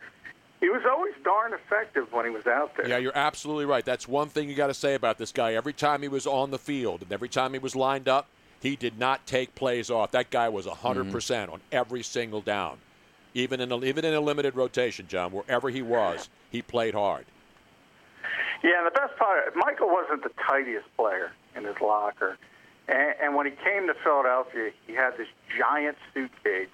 S16: he was always darn effective when he was out there.
S6: Yeah, you're absolutely right. That's one thing you got to say about this guy. Every time he was on the field and every time he was lined up, he did not take plays off. That guy was
S8: Mm-hmm.
S6: 100% percent on every single down. Even in a, even in a limited rotation, John, wherever he was, he played hard.
S16: Yeah, and the best part, Michael wasn't the tidiest player in his locker. And, and when he came to Philadelphia, he had this giant suitcase,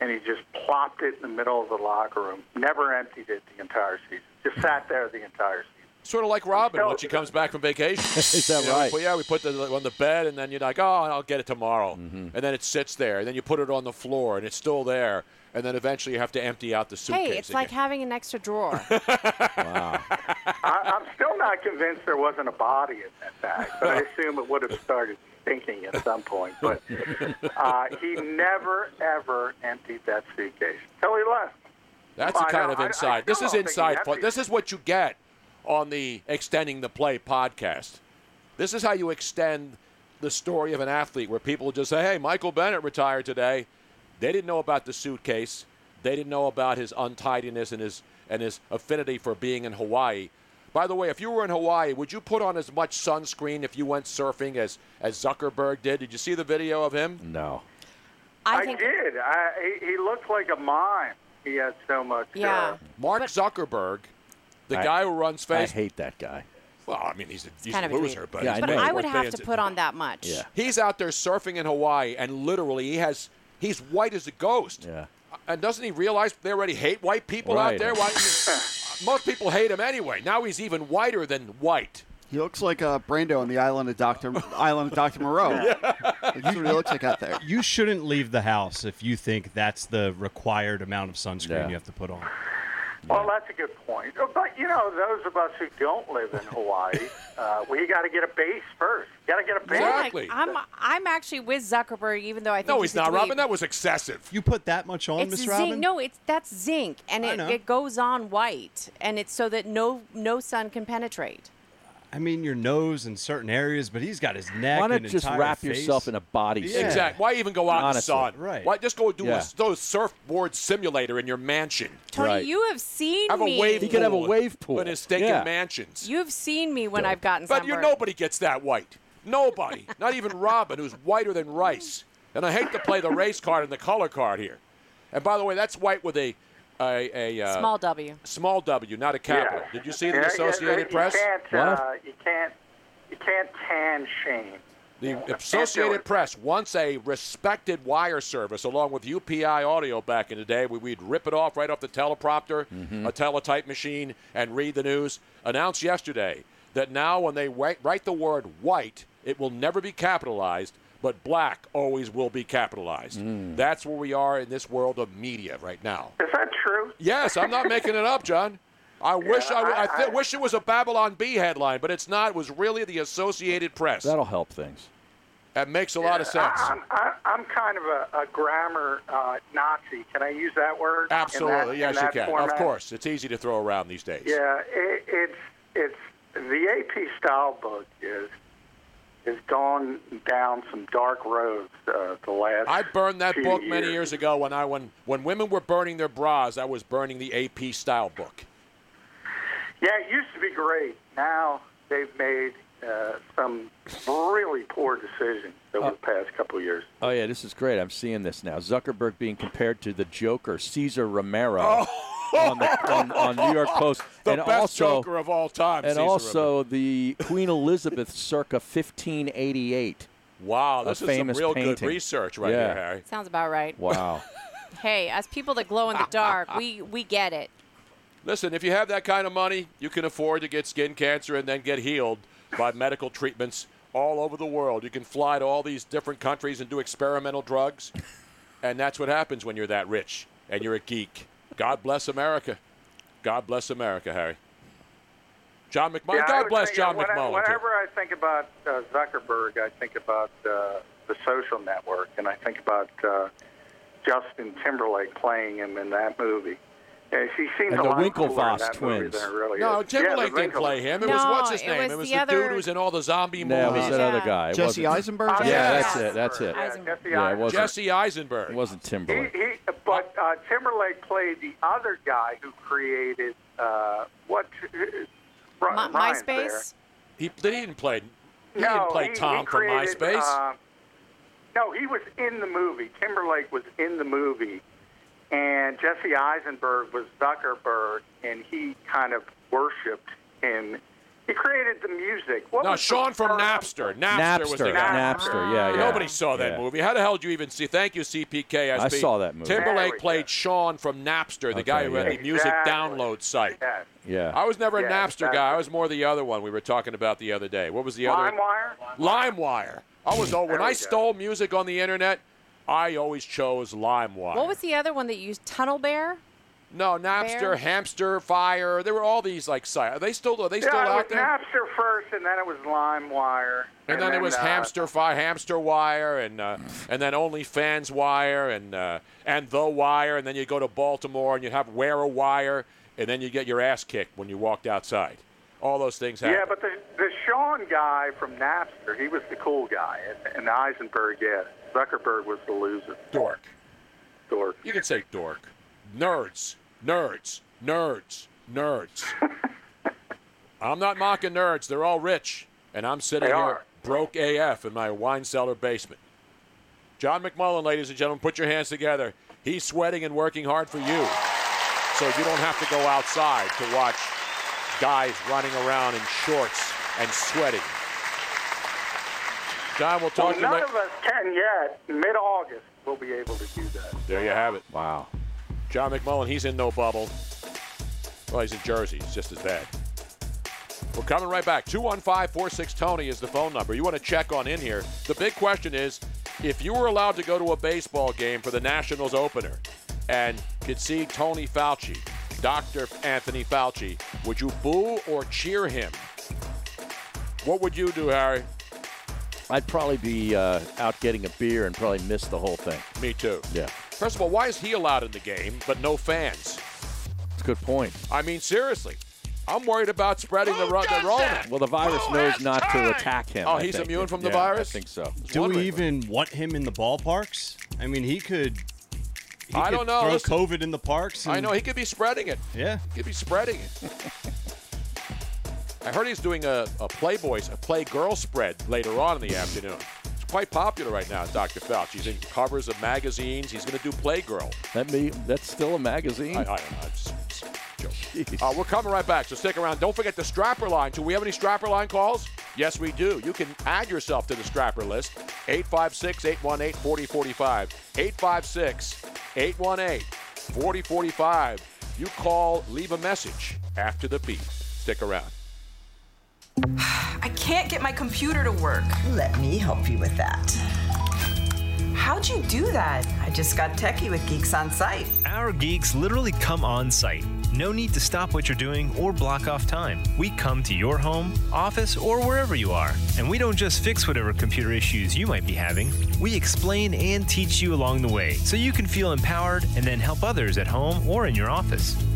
S16: and he just plopped it in the middle of the locker room. Never emptied it the entire season. Just sat there the entire season.
S6: Sort of like Robin when she comes back from vacation.
S8: Is that
S6: You know, we
S8: right?
S6: put- yeah, we put the on the bed, and then you're like, oh, I'll get it tomorrow.
S8: Mm-hmm.
S6: And then it sits there, and then you put it on the floor, and it's still there. And then eventually you have to empty out the suitcase.
S7: Hey, it's
S6: again.
S7: like having an extra drawer.
S16: I, I'm still not convinced there wasn't a body in that bag, but I assume it would have started stinking at some point. But uh, he never, ever emptied that suitcase till he left.
S6: That's the
S16: I
S6: kind
S16: know.
S6: of
S16: I- I
S6: inside.
S16: still
S6: this is
S16: don't think
S6: inside.
S16: he
S6: Play. This is what you get on the extending the play podcast. This is how you extend the story of an athlete, where people just say, "Hey, Michael Bennett retired today." They didn't know about the suitcase. They didn't know about his untidiness and his and his affinity for being in Hawaii. By the way, if you were in Hawaii, would you put on as much sunscreen if you went surfing as as Zuckerberg did? Did you see the video of him?
S8: No.
S16: I, did. I, he, he looked like a mime. He had so much. Uh,
S6: Mark Zuckerberg, the
S8: I-
S6: guy who runs
S8: I
S6: Facebook.
S8: hate that guy.
S6: Well, I mean, he's a, he's
S7: kind
S6: a
S7: of a dweeb.
S6: loser, but he's
S7: but
S6: way
S7: I
S6: worth
S7: would have
S6: paying
S7: to put on that much.
S6: He's out there surfing in Hawaii, and literally, he has he's white as a ghost. Yeah. And doesn't he realize they already hate white people out
S18: Right.
S6: there? Why, most people hate him anyway. Now he's even whiter than white.
S18: He looks like uh, Brando on the island of Doctor Island of Doctor Moreau. That's what he looks like out there.
S9: You shouldn't leave the house if you think that's the required amount of sunscreen
S16: Yeah.
S9: you have to put on.
S16: Well, that's a good point. Uh, But you know, those of us who don't live in Hawaii, uh, we got to get a base first. Got to get a base.
S7: Yeah, I'm I'm actually with Zuckerberg, even though I think
S6: No,
S7: he's,
S6: he's not,
S7: a dweeb.
S6: Robin. That was excessive.
S9: You put that much on,
S7: It's zinc. No, it's that's zinc, and
S9: I
S7: it,
S9: know.
S7: it goes on white, and it's so that no no sun can penetrate.
S9: I mean, your nose in certain areas, but he's got his neck.
S8: Why not
S9: and
S8: just
S9: entire
S8: wrap
S9: face.
S8: yourself in a body suit?
S6: Exactly. Why even go out
S8: Honestly.
S6: in the sun?
S8: Right.
S6: Why just go do
S8: Yeah.
S6: a s- those surfboard simulator in your mansion?
S7: Tony, you have seen
S6: have
S7: me.
S6: a wave. pool in his stinking
S8: Yeah.
S6: mansions.
S7: You've seen me when I've gotten
S6: But you
S7: sunburned.
S6: nobody gets that white. Nobody. Not even Robin, who's whiter than rice. And I hate to play the race card and the color card here. And by the way, that's white with a a, a uh,
S7: Small W.
S6: small W, not a capital. Did you see the
S16: Yeah, yeah,
S6: Associated
S16: you
S6: Press?
S16: Can't, uh, you can't. You can't tan shame.
S6: The Associated Press, once a respected wire service, along with UPI audio back in the day, where we'd rip it off right off the teleprompter,
S19: Mhm.
S6: a teletype machine, and read the news, announced yesterday that now when they write, write the word white, it will never be capitalized, but black always will be capitalized. That's where we are in this world of media right now.
S16: Is that true?
S6: Yes, I'm not making it up, John. I wish I, w-
S16: I-
S6: I thi- wish it was a Babylon B headline, but it's not. It was really the Associated Press.
S8: That'll help things.
S6: That makes a lot of
S16: I,
S6: sense.
S16: I'm, I, I'm kind of a, a grammar uh, Nazi. Can I use that word? in that-
S6: Absolutely,
S16: in
S6: yes, you
S16: that
S6: can. Of
S16: format?
S6: course, it's easy to throw around these days.
S16: Yeah, it, it's it's the AP style book is is gone down some dark roads uh, the last.
S6: I burned that
S16: few
S6: book
S16: years.
S6: many years ago when I when when women were burning their bras, I was burning the AP style book.
S16: Yeah, it used to be great. Now they've made uh, some really poor decisions over
S6: Uh,
S16: the past couple of years.
S8: Oh yeah, this is great. I'm seeing this now. Zuckerberg being compared to the Joker, Caesar Romero, on, the, on, on New York Post,
S6: Oh. The
S8: and
S6: best
S8: also
S6: Joker of all time.
S8: and
S6: Caesar
S8: also the Queen Elizabeth circa 1588.
S6: Wow,
S8: a
S6: this is some
S8: famous
S6: real good
S8: painting.
S6: research right
S8: Yeah.
S6: here, Harry.
S7: Sounds about right.
S8: Wow.
S7: Hey, as people that glow in the dark, we we get it.
S6: Listen, if you have that kind of money, you can afford to get skin cancer and then get healed by medical treatments all over the world. You can fly to all these different countries and do experimental drugs. And that's what happens when you're that rich and you're a geek. God bless America. God bless America, Harry. John McMullen.
S16: Yeah, I
S6: God
S16: would
S6: bless
S16: think-
S6: John
S16: when I-
S6: McMullen. too.
S16: Whenever I think about uh, Zuckerberg, I think about uh, the social network, and I think about uh, Justin Timberlake playing him in that movie. And she seems
S8: And
S16: a
S8: the
S16: lot cooler in
S8: Winklevoss
S16: that movie
S8: twins.
S16: than it really
S6: No,
S16: is.
S6: Timberlake
S16: yeah, the
S6: didn't Oh, play
S16: Winklevoss.
S6: him. It was what's his
S7: No, it
S6: name?
S7: was
S6: It was
S7: the
S6: the, dude
S7: other-
S6: who was in all the zombie
S8: No, it
S6: movies.
S8: was that other guy. It
S18: Jesse
S8: wasn't-
S18: Eisenberg?
S8: Yeah, that's it. That's it. Yeah, it wasn't.
S6: Jesse Eisenberg.
S8: It wasn't
S16: He,
S8: Timberlake.
S16: he, but uh, Timberlake played the other guy who created uh, what? My,
S7: MySpace?
S6: He, he didn't play. He
S16: no,
S6: didn't play
S16: he- he
S6: Tom from
S16: created,
S6: MySpace.
S16: uh, no, he was in the movie. Timberlake was in the movie, and Jesse Eisenberg was Zuckerberg, and he kind of worshipped him. He created the music. What
S6: no,
S16: was
S6: Sean
S16: the
S6: from
S16: first-
S6: Napster. Napster, was the
S8: Napster,
S6: guy.
S8: Napster, yeah, yeah.
S6: Nobody saw that
S8: Yeah.
S6: movie. How the hell did you even see? Thank you, CPKSB.
S8: I saw that movie. There
S6: Timberlake played Sean from Napster, the guy who had
S8: yeah.
S6: the music
S16: Exactly.
S6: download site.
S8: Yeah.
S6: I was never a
S8: Yeah,
S6: Napster
S8: that's
S6: guy. I was more the other one we were talking about the other day. What was the other?
S16: LimeWire?
S6: LimeWire. I was old.
S16: There
S6: When I
S16: we go.
S6: stole music on the internet, I always chose LimeWire.
S7: What was the other one that you used? Tunnel Bear?
S6: No, Napster,
S7: Bear?
S6: Hamster, Fire. There were all these like sites. Are they still? Are they
S16: Yeah,
S6: still
S16: it was
S6: out there?
S16: Napster first, and then it was LimeWire.
S6: And, then, there was
S16: uh,
S6: Hamster Fire, Hamster Wire, and uh, and then OnlyFans Wire, and uh, and The Wire, and then you go to Baltimore and you have Wear a Wire, and then you get your ass kicked when you walked outside. All those things happen.
S16: Yeah, but the the Sean guy from Napster, he was the cool guy, and, and Eisenberg, yeah, Zuckerberg was the loser.
S6: Dork.
S16: Dork.
S6: You can say dork. Nerds. Nerds. Nerds. Nerds. I'm not mocking nerds. They're all rich. And I'm sitting
S16: They
S6: here
S16: are.
S6: broke AF in my wine cellar basement. John McMullen, ladies and gentlemen, put your hands together. He's sweating and working hard for you. So you don't have to go outside to watch guys running around in shorts and sweating. John, we'll
S16: Well,
S6: talk to you
S16: none
S6: later.
S16: of us can yet. Mid August, we'll be able to do that.
S6: There you have it.
S8: Wow.
S6: John McMullen, he's in no bubble. Well, he's in Jersey. He's just as bad. We're coming right back. 215 46 Tony is the phone number. You want to check on in here. The big question is if you were allowed to go to a baseball game for the Nationals opener and could see Tony Fauci, Dr. Anthony Fauci, would you boo or cheer him? What would you do, Harry?
S8: I'd probably be uh, out getting a beer and probably miss the whole thing.
S6: Me too.
S8: Yeah.
S6: First of all, why is he allowed in the game but no fans?
S8: It's a good point.
S6: I mean, seriously, I'm worried about spreading the, ro- the Rona.
S8: Well, the virus knows not to attack him.
S6: Oh,
S8: I
S6: he's
S8: think.
S6: immune from the
S8: Yeah,
S6: virus?
S8: I think so.
S9: Do we even want him in the ballparks? I mean, he could. He
S6: I
S9: could
S6: don't know.
S9: Throw
S6: Listen.
S9: COVID in the parks.
S6: I
S9: and-
S6: know he could be spreading it.
S9: Yeah.
S6: He could be spreading it. I heard he's doing a, a Playboy, a Playgirl spread later on in the afternoon. It's quite popular right now, Dr. Fauci. He's in covers of magazines. He's going to do Playgirl.
S8: That me. That's still a magazine.
S6: I, I, I just, just joking. Uh, we're coming right back, so stick around. Don't forget the strapper line. Do we have any strapper line calls? Yes, we do. You can add yourself to the strapper list 856 818 4045. 856 818 4045. You call, leave a message after the beep. Stick around.
S15: I can't get my computer to work. Let me help you with that. How'd you do that? I just got techie with Geeks on Site.
S20: Our geeks literally come on site. No need to stop what you're doing or block off time. We come to your home, office, or wherever you are. And we don't just fix whatever computer issues you might be having, we explain and teach you along the way so you can feel empowered and then help others at home or in your office.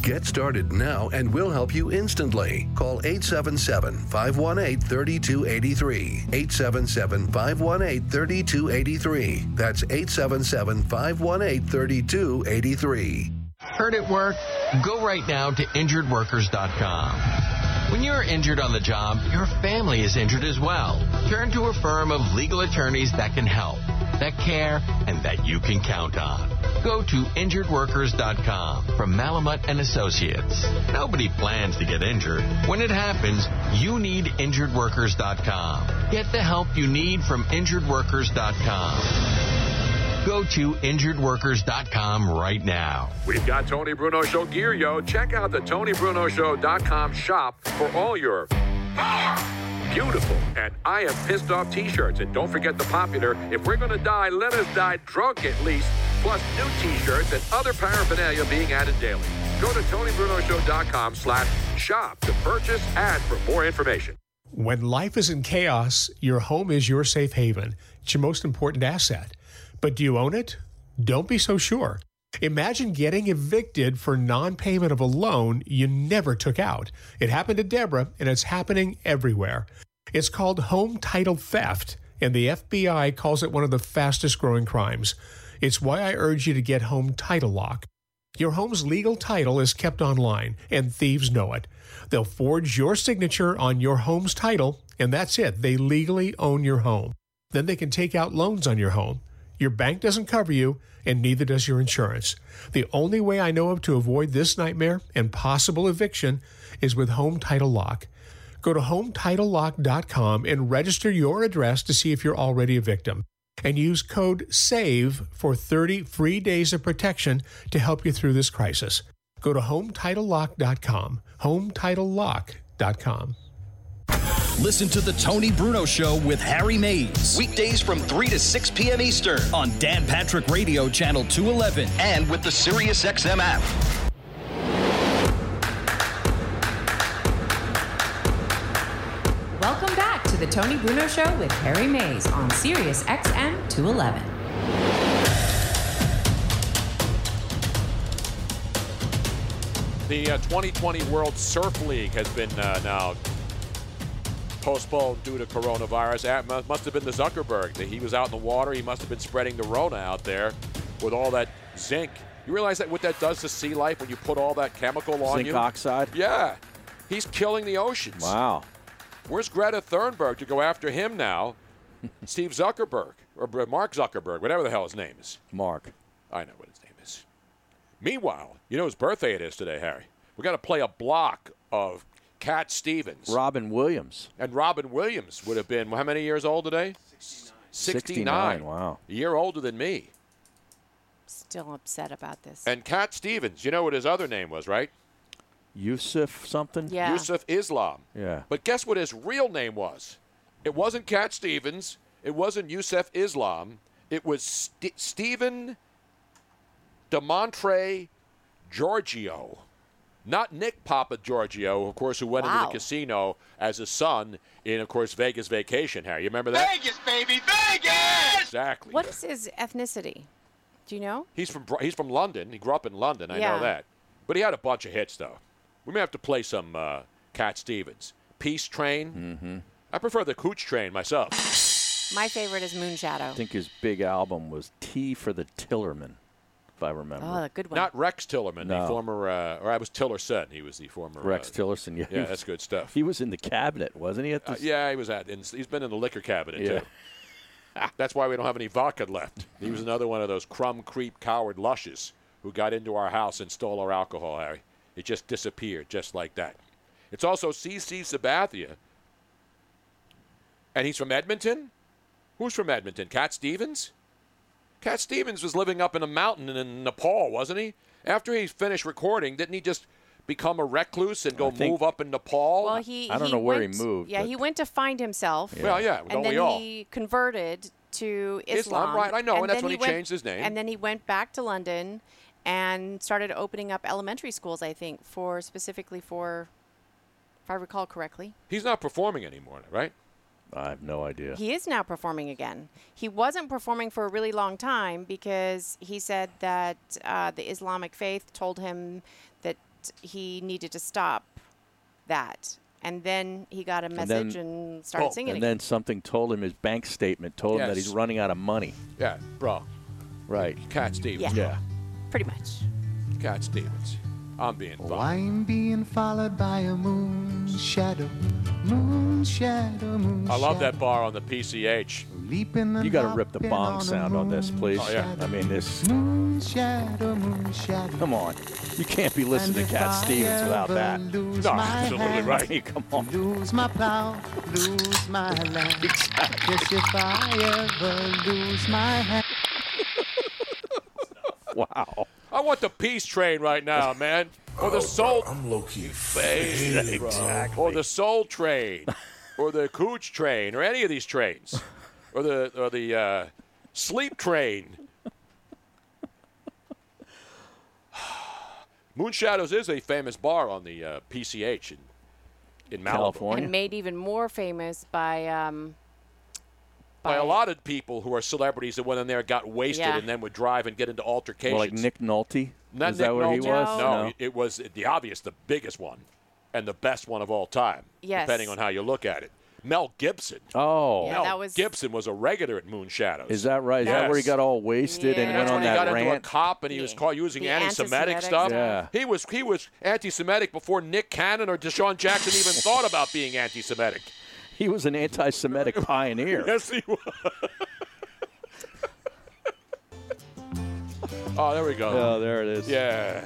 S17: Get started now and we'll help you instantly. Call 877 518 3283. 877 518 3283. That's 877 518 3283.
S19: Hurt at work? Go right now to injuredworkers.com. When you're injured on the job, your family is injured as well. Turn to a firm of legal attorneys that can help, that care, and that you can count on. Go to injuredworkers.com from Malamut and Associates. Nobody plans to get injured. When it happens, you need injuredworkers.com. Get the help you need from injuredworkers.com. Go to injuredworkers.com right now.
S6: We've got Tony Bruno Show gear, yo. Check out the TonyBrunoShow.com shop for all your beautiful and I am pissed off t shirts. And don't forget the popular If We're Gonna Die, Let Us Die Drunk at least, plus new t shirts and other paraphernalia being added daily. Go to TonyBrunoShow.com slash shop to purchase and for more information.
S11: When life is in chaos, your home is your safe haven. It's your most important asset. But do you own it? Don't be so sure. Imagine getting evicted for non payment of a loan you never took out. It happened to Deborah, and it's happening everywhere. It's called home title theft, and the FBI calls it one of the fastest growing crimes. It's why I urge you to get Home Title Lock. Your home's legal title is kept online, and thieves know it. They'll forge your signature on your home's title, and that's it. They legally own your home. Then they can take out loans on your home. Your bank doesn't cover you, and neither does your insurance. The only way I know of to avoid this nightmare and possible eviction is with Home Title Lock. Go to HometitleLock.com and register your address to see if you're already a victim. And use code SAVE for 30 free days of protection to help you through this crisis. Go to HometitleLock.com. HometitleLock.com.
S4: Listen to The Tony Bruno Show with Harry Mays. Weekdays from 3 to 6 p.m. Eastern on Dan Patrick Radio, Channel 211, and with the SiriusXM app.
S21: Welcome back to the Tony Bruno Show with Harry Mays on Sirius XM 211.
S6: The uh, 2020 World Surf League has been uh, now postponed due to coronavirus. That mu- Must have been the Zuckerberg. That he was out in the water. He must have been spreading the Rona out there with all that zinc. You realize that what that does to sea life when you put all that chemical on
S8: Zinc
S6: you?
S8: oxide.
S6: Yeah. He's killing the oceans.
S8: Wow.
S6: Where's Greta Thunberg to go after him now? Steve Zuckerberg or Br- Mark Zuckerberg, whatever the hell his name is.
S8: Mark.
S6: I know what his name is. Meanwhile, you know whose birthday it is today, Harry. We got to play a block of Cat Stevens.
S8: Robin Williams.
S6: And Robin Williams would have been how many years old today? 69.
S8: 69, wow.
S6: A year older than me.
S7: Still upset about this.
S6: And Cat Stevens, you know what his other name was, right?
S8: Yusuf something.
S7: Yeah.
S6: Yusuf Islam.
S8: Yeah.
S6: But guess what his real name was? It wasn't Cat Stevens. It wasn't Yusef Islam. It was St- Stephen Demontre Giorgio. Not Nick Papa Giorgio, of course, who went into
S22: Wow.
S6: the casino as his son in, of course, Vegas Vacation, Harry. You remember that?
S22: Vegas, baby, Vegas!
S6: Exactly.
S7: What is his ethnicity? Do you know?
S6: He's from Bro- he's from London. He grew up in London. I
S7: Yeah.
S6: know that. But he had a bunch of hits though. We may have to play some uh, Cat Stevens. Peace Train.
S8: Mm-hmm.
S6: I prefer the Cooch Train myself.
S7: My favorite is Moonshadow.
S8: I think his big album was Tea for the Tillerman, if I remember.
S7: Oh, a good one.
S6: Not Rex Tillerman,
S8: No.
S6: the former, uh, or I was Tillerson. He was the former.
S8: Rex
S6: uh,
S8: Tillerson, yeah.
S6: yeah, that's good stuff.
S8: He was in the cabinet, wasn't he? At
S6: Uh,
S8: this?
S6: yeah, he was at. And he's been in the liquor cabinet
S8: Yeah.
S6: too. That's why we don't have any vodka left. He was another one of those crumb creep coward lushes who got into our house and stole our alcohol, Harry. It just disappeared, just like that. It's also C.C. Sabathia, and he's from Edmonton. Who's from Edmonton? Cat Stevens. Cat Stevens was living up in a mountain in Nepal, wasn't he? After he finished recording, didn't he just become a recluse and go
S8: think-
S6: move up in Nepal?
S7: Well, he.
S8: I don't know where he
S7: went-
S8: moved,
S7: Yeah,
S8: but-
S7: he went to find himself.
S6: Yeah. Well, yeah, don't
S7: and then
S6: we all?
S7: he converted to
S6: Islam,
S7: Islam.
S6: right, I know, and that's
S7: then
S6: when he
S7: went-
S6: changed his name.
S7: And then he went back to London and started opening up elementary schools. I think for specifically for, if I recall correctly,
S6: He's not performing anymore, right?
S8: I have no idea.
S7: he is now performing again. He wasn't performing for a really long time because he said that uh, the Islamic faith told him that he needed to stop that. And then he got a
S8: And
S7: message and,
S8: then- Oh,
S7: started singing
S8: And
S7: again.
S8: then something told him his bank statement told him that
S6: Yes.
S8: he's running out of money.
S6: Yeah, bro.
S8: Right.
S6: Cat Stevens.
S8: Yeah.
S7: Pretty much.
S6: Cat Stevens. I'm being
S1: Oh, I'm being followed by a moon shadow, moon shadow, moon
S6: I love
S1: shadow.
S6: that bar on the PCH.
S1: Leaping and
S8: You got to rip the
S1: hopping
S8: bomb
S1: on a
S8: sound on this,
S1: moon
S8: please.
S1: Oh, yeah.
S8: I mean, this.
S1: Moon shadow, moon shadow.
S8: Come on. You can't be listening
S1: And
S8: to
S1: if
S8: Cat
S1: I
S8: Stevens without
S1: ever
S8: that.
S1: lose No, my absolutely hand, right.
S8: Come on.
S1: Lose my plow, lose my land. Yes, if I ever lose my hand.
S8: Wow.
S6: I want the peace train right now, man. Or the soul. I'm
S5: Oh, low key
S6: faded, bro. Or the soul train. or the cooch train. Or any of these trains. Or the or the uh, sleep train. Moon Shadows is a famous bar on the uh, PCH in, in Malibu.
S7: and made even more famous by um,
S6: by a lot of people who are celebrities that went in there, got wasted,
S7: Yeah.
S6: and then would drive and get into altercations.
S8: Well, like Nick Nolte?
S6: Not
S8: Is
S6: Nick
S8: that where he
S6: Nolte.
S8: was?
S6: No, it was the obvious, the biggest one, and the best one of all time.
S7: Yes.
S6: Depending on how you look at it. Mel Gibson.
S8: Oh.
S6: Mel Gibson was a regular at Moon Shadows.
S8: Is that right? Is that where he
S6: Yes.
S8: got all wasted and went
S6: That's
S8: on
S6: when he
S8: that
S6: got into a
S8: rant?
S6: cop and he was called using
S7: The
S6: anti-Semitic,
S7: anti-Semitic
S6: stuff.
S8: stuff.
S6: He was he was anti-Semitic before Nick Cannon or Deshaun Jackson even thought about being anti-Semitic.
S8: He was an anti Semitic pioneer.
S6: Yes, he was. Oh, there we go.
S8: Oh, there it is.
S6: Yeah.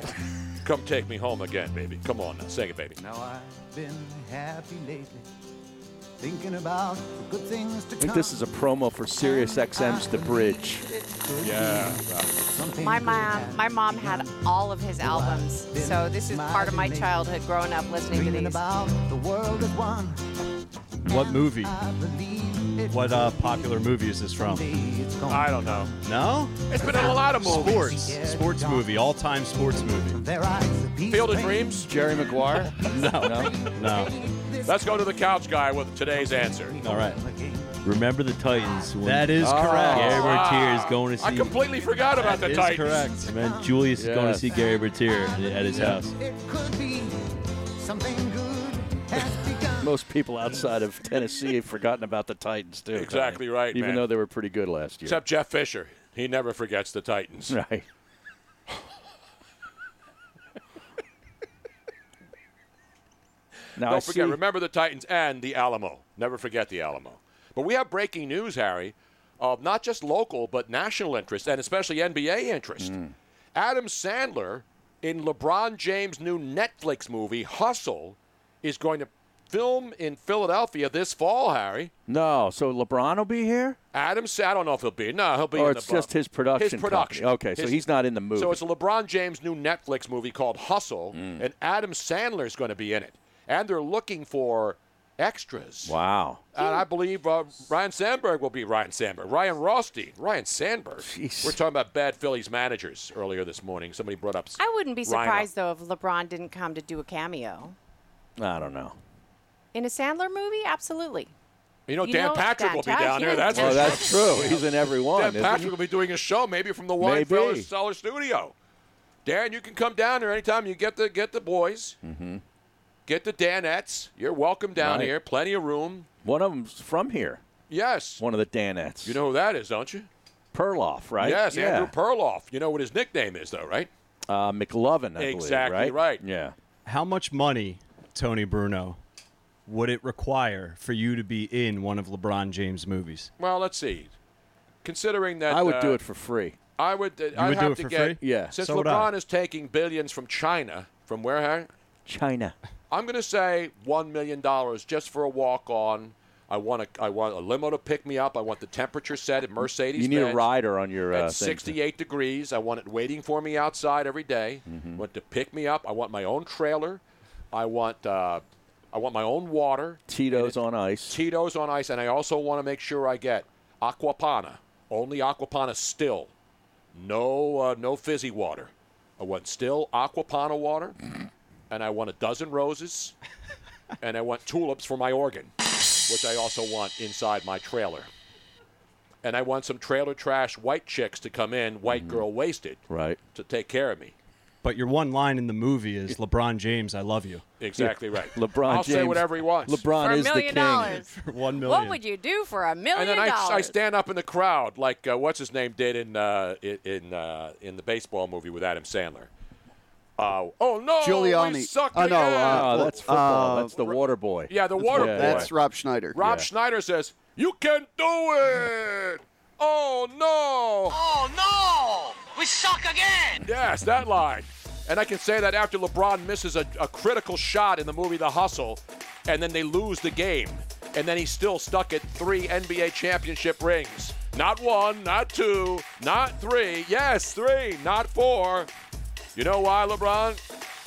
S6: Come take me home again, baby. Come on now. Sing it, baby.
S1: Now I've been happy lately, thinking about the good things to
S8: I think this is a promo for SiriusXM's The Bridge.
S6: Yeah.
S7: my mom. My mom had all of his albums, so this is part of my childhood growing up listening to these.
S1: the world is one.
S9: What movie? What uh, popular movie is this from?
S6: I don't know.
S9: No?
S6: It's been in a lot of movies.
S9: Sports. Sports movie. All time sports movie.
S6: Field of Dreams.
S8: Jerry Maguire.
S9: no. No.
S6: Let's go to the couch guy with today's answer.
S9: All right.
S10: Remember the Titans. when
S9: That is correct.
S10: Gary Bertier is going to see.
S6: Ah. I completely forgot about the
S10: is
S6: Titans.
S10: correct. I meant Julius is going to
S6: Yes.
S10: see Gary Bertier at his house.
S1: It could be something good.
S8: Most people outside of Tennessee have forgotten about the Titans, too.
S6: Exactly right,
S8: Even
S6: man.
S8: though they were pretty good last year.
S6: Except Jeff Fisher. He never forgets the Titans.
S8: Right. now
S6: Don't
S8: I
S6: forget,
S8: see-
S6: remember the Titans and the Alamo. Never forget the Alamo. But we have breaking news, Harry, of not just local but national interest and especially NBA interest.
S8: Hmm.
S6: Adam Sandler in LeBron James' new Netflix movie Hustle is going to film in Philadelphia this fall, Harry.
S8: No, so LeBron will be here?
S6: Adam, Sa- I don't know if he'll be. No, he'll be.
S8: Or
S6: in
S8: Oh, it's
S6: the bu-
S8: just his production
S6: His production.
S8: company. Okay, so
S6: His-
S8: he's not in the movie. Mm.
S6: So it's a LeBron James new Netflix movie called Hustle, and Adam Sandler is going to be in it, and they're looking for extras.
S8: Wow.
S6: And I believe uh, Ryan Sandberg will be Ryan Sandberg. Ryan Rothstein, Ryan Sandberg. We're talking about bad Phillies managers earlier this morning. Somebody brought up.
S7: I wouldn't be
S6: Ryan-
S7: surprised though if LeBron didn't come to do a cameo
S8: I don't know.
S7: in a Sandler movie. Absolutely.
S6: You know,
S7: You
S6: Dan
S7: know,
S6: Patrick
S7: Dan
S6: will be down there. That's
S8: oh,
S6: for
S8: that's
S6: sure.
S8: true. He's in every one.
S6: Dan
S8: isn't
S6: Patrick
S8: he?
S6: will be doing a show maybe from the Wine
S8: Maybe.
S6: Fellers Cellar Studio. Dan, you can come down there anytime you get the get the boys.
S8: Mhm.
S6: Get the Danettes. You're welcome down
S8: Right.
S6: here. Plenty of room.
S8: One of them's from here.
S6: Yes.
S8: One of the Danettes. You
S6: know who that is, don't you?
S8: Perloff, right?
S6: Yes,
S8: yeah.
S6: Andrew Perloff. You know what his nickname is, though, right?
S8: Uh, McLovin, I
S6: exactly
S8: believe, right?
S6: right.
S8: Yeah.
S9: How much money, Tony Bruno, would it require for you to be in one of LeBron James' movies?
S6: Well, let's see. Considering that
S9: I would
S6: uh,
S9: do it
S8: for free.
S6: I would. Uh, I'd
S9: would do
S6: have
S9: it
S6: to
S9: for
S6: get,
S9: free? Yeah.
S6: Since
S9: So would I.
S6: LeBron is taking billions from China, from where? Harry?
S8: China.
S6: I'm going to say one million dollars just for a walk on. I want a, I want a limo to pick me up. I want the temperature set at Mercedes.
S8: You need a
S6: Benz
S8: rider on your uh,
S6: at
S8: thing.
S6: 68 degrees. I want it waiting for me outside every day.
S8: Mm-hmm.
S6: Want to pick me up. I want my own trailer. I want uh, I want my own water.
S8: Tito's on ice.
S6: Tito's on ice, and I also want to make sure I get aquapana. Only aquapana still. No, uh, no fizzy water. I want still aquapana water, and I want a dozen roses, and I want tulips for my organ, which I also want inside my trailer. And I want some trailer trash white chicks to come in, white
S18: Mm.
S6: girl wasted,
S8: right,
S6: to take care of me.
S9: But your one line in the movie is LeBron James, I love you.
S6: Exactly right.
S9: LeBron
S6: I'll say whatever he wants.
S9: LeBron
S7: For a million dollars.
S9: For one
S7: What would you do for a million
S6: and then I, I
S7: dollars?
S6: stand up in the crowd like uh, what's his name did in uh, i- in uh, in the baseball movie with Adam Sandler. Uh, oh no, we
S18: Giuliani.
S6: suck
S18: Oh, no,
S6: again.
S18: uh,
S8: Oh, that's football.
S18: Uh,
S8: that's the water boy.
S6: yeah, the water boy.
S18: That's Rob Schneider.
S6: Rob Schneider says you can do it. Oh no.
S22: Oh no! We suck again!
S6: Yes, that line. And I can say that after LeBron misses a, a critical shot in the movie The Hustle, and then they lose the game, and then he's still stuck at three NBA championship rings. Not one, not two, not three. Yes, three, not four. You know why, LeBron?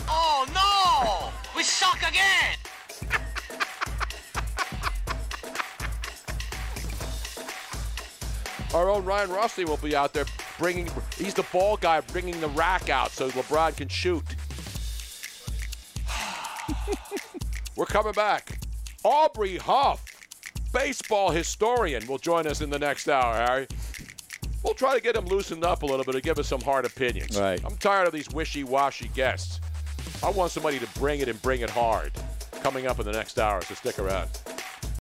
S22: Oh no! We suck again!
S6: Our own Ryan Rossi will be out there bringing, he's the ball guy bringing the rack out so LeBron can shoot. We're coming back. Aubrey Huff, baseball historian, will join us in the next hour, Harry. We'll try to get him loosened up a little bit and give us some hard opinions.
S8: Right.
S6: I'm tired of these wishy washy guests. I want somebody to bring it and bring it hard. Coming up in the next hour, so stick around.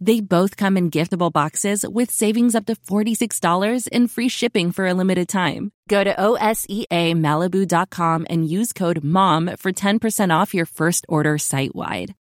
S2: They both come in giftable boxes with savings up to $46 and free shipping for a limited time. Go to E OSEAMalibu.com and use code MOM for 10% off your first order site wide.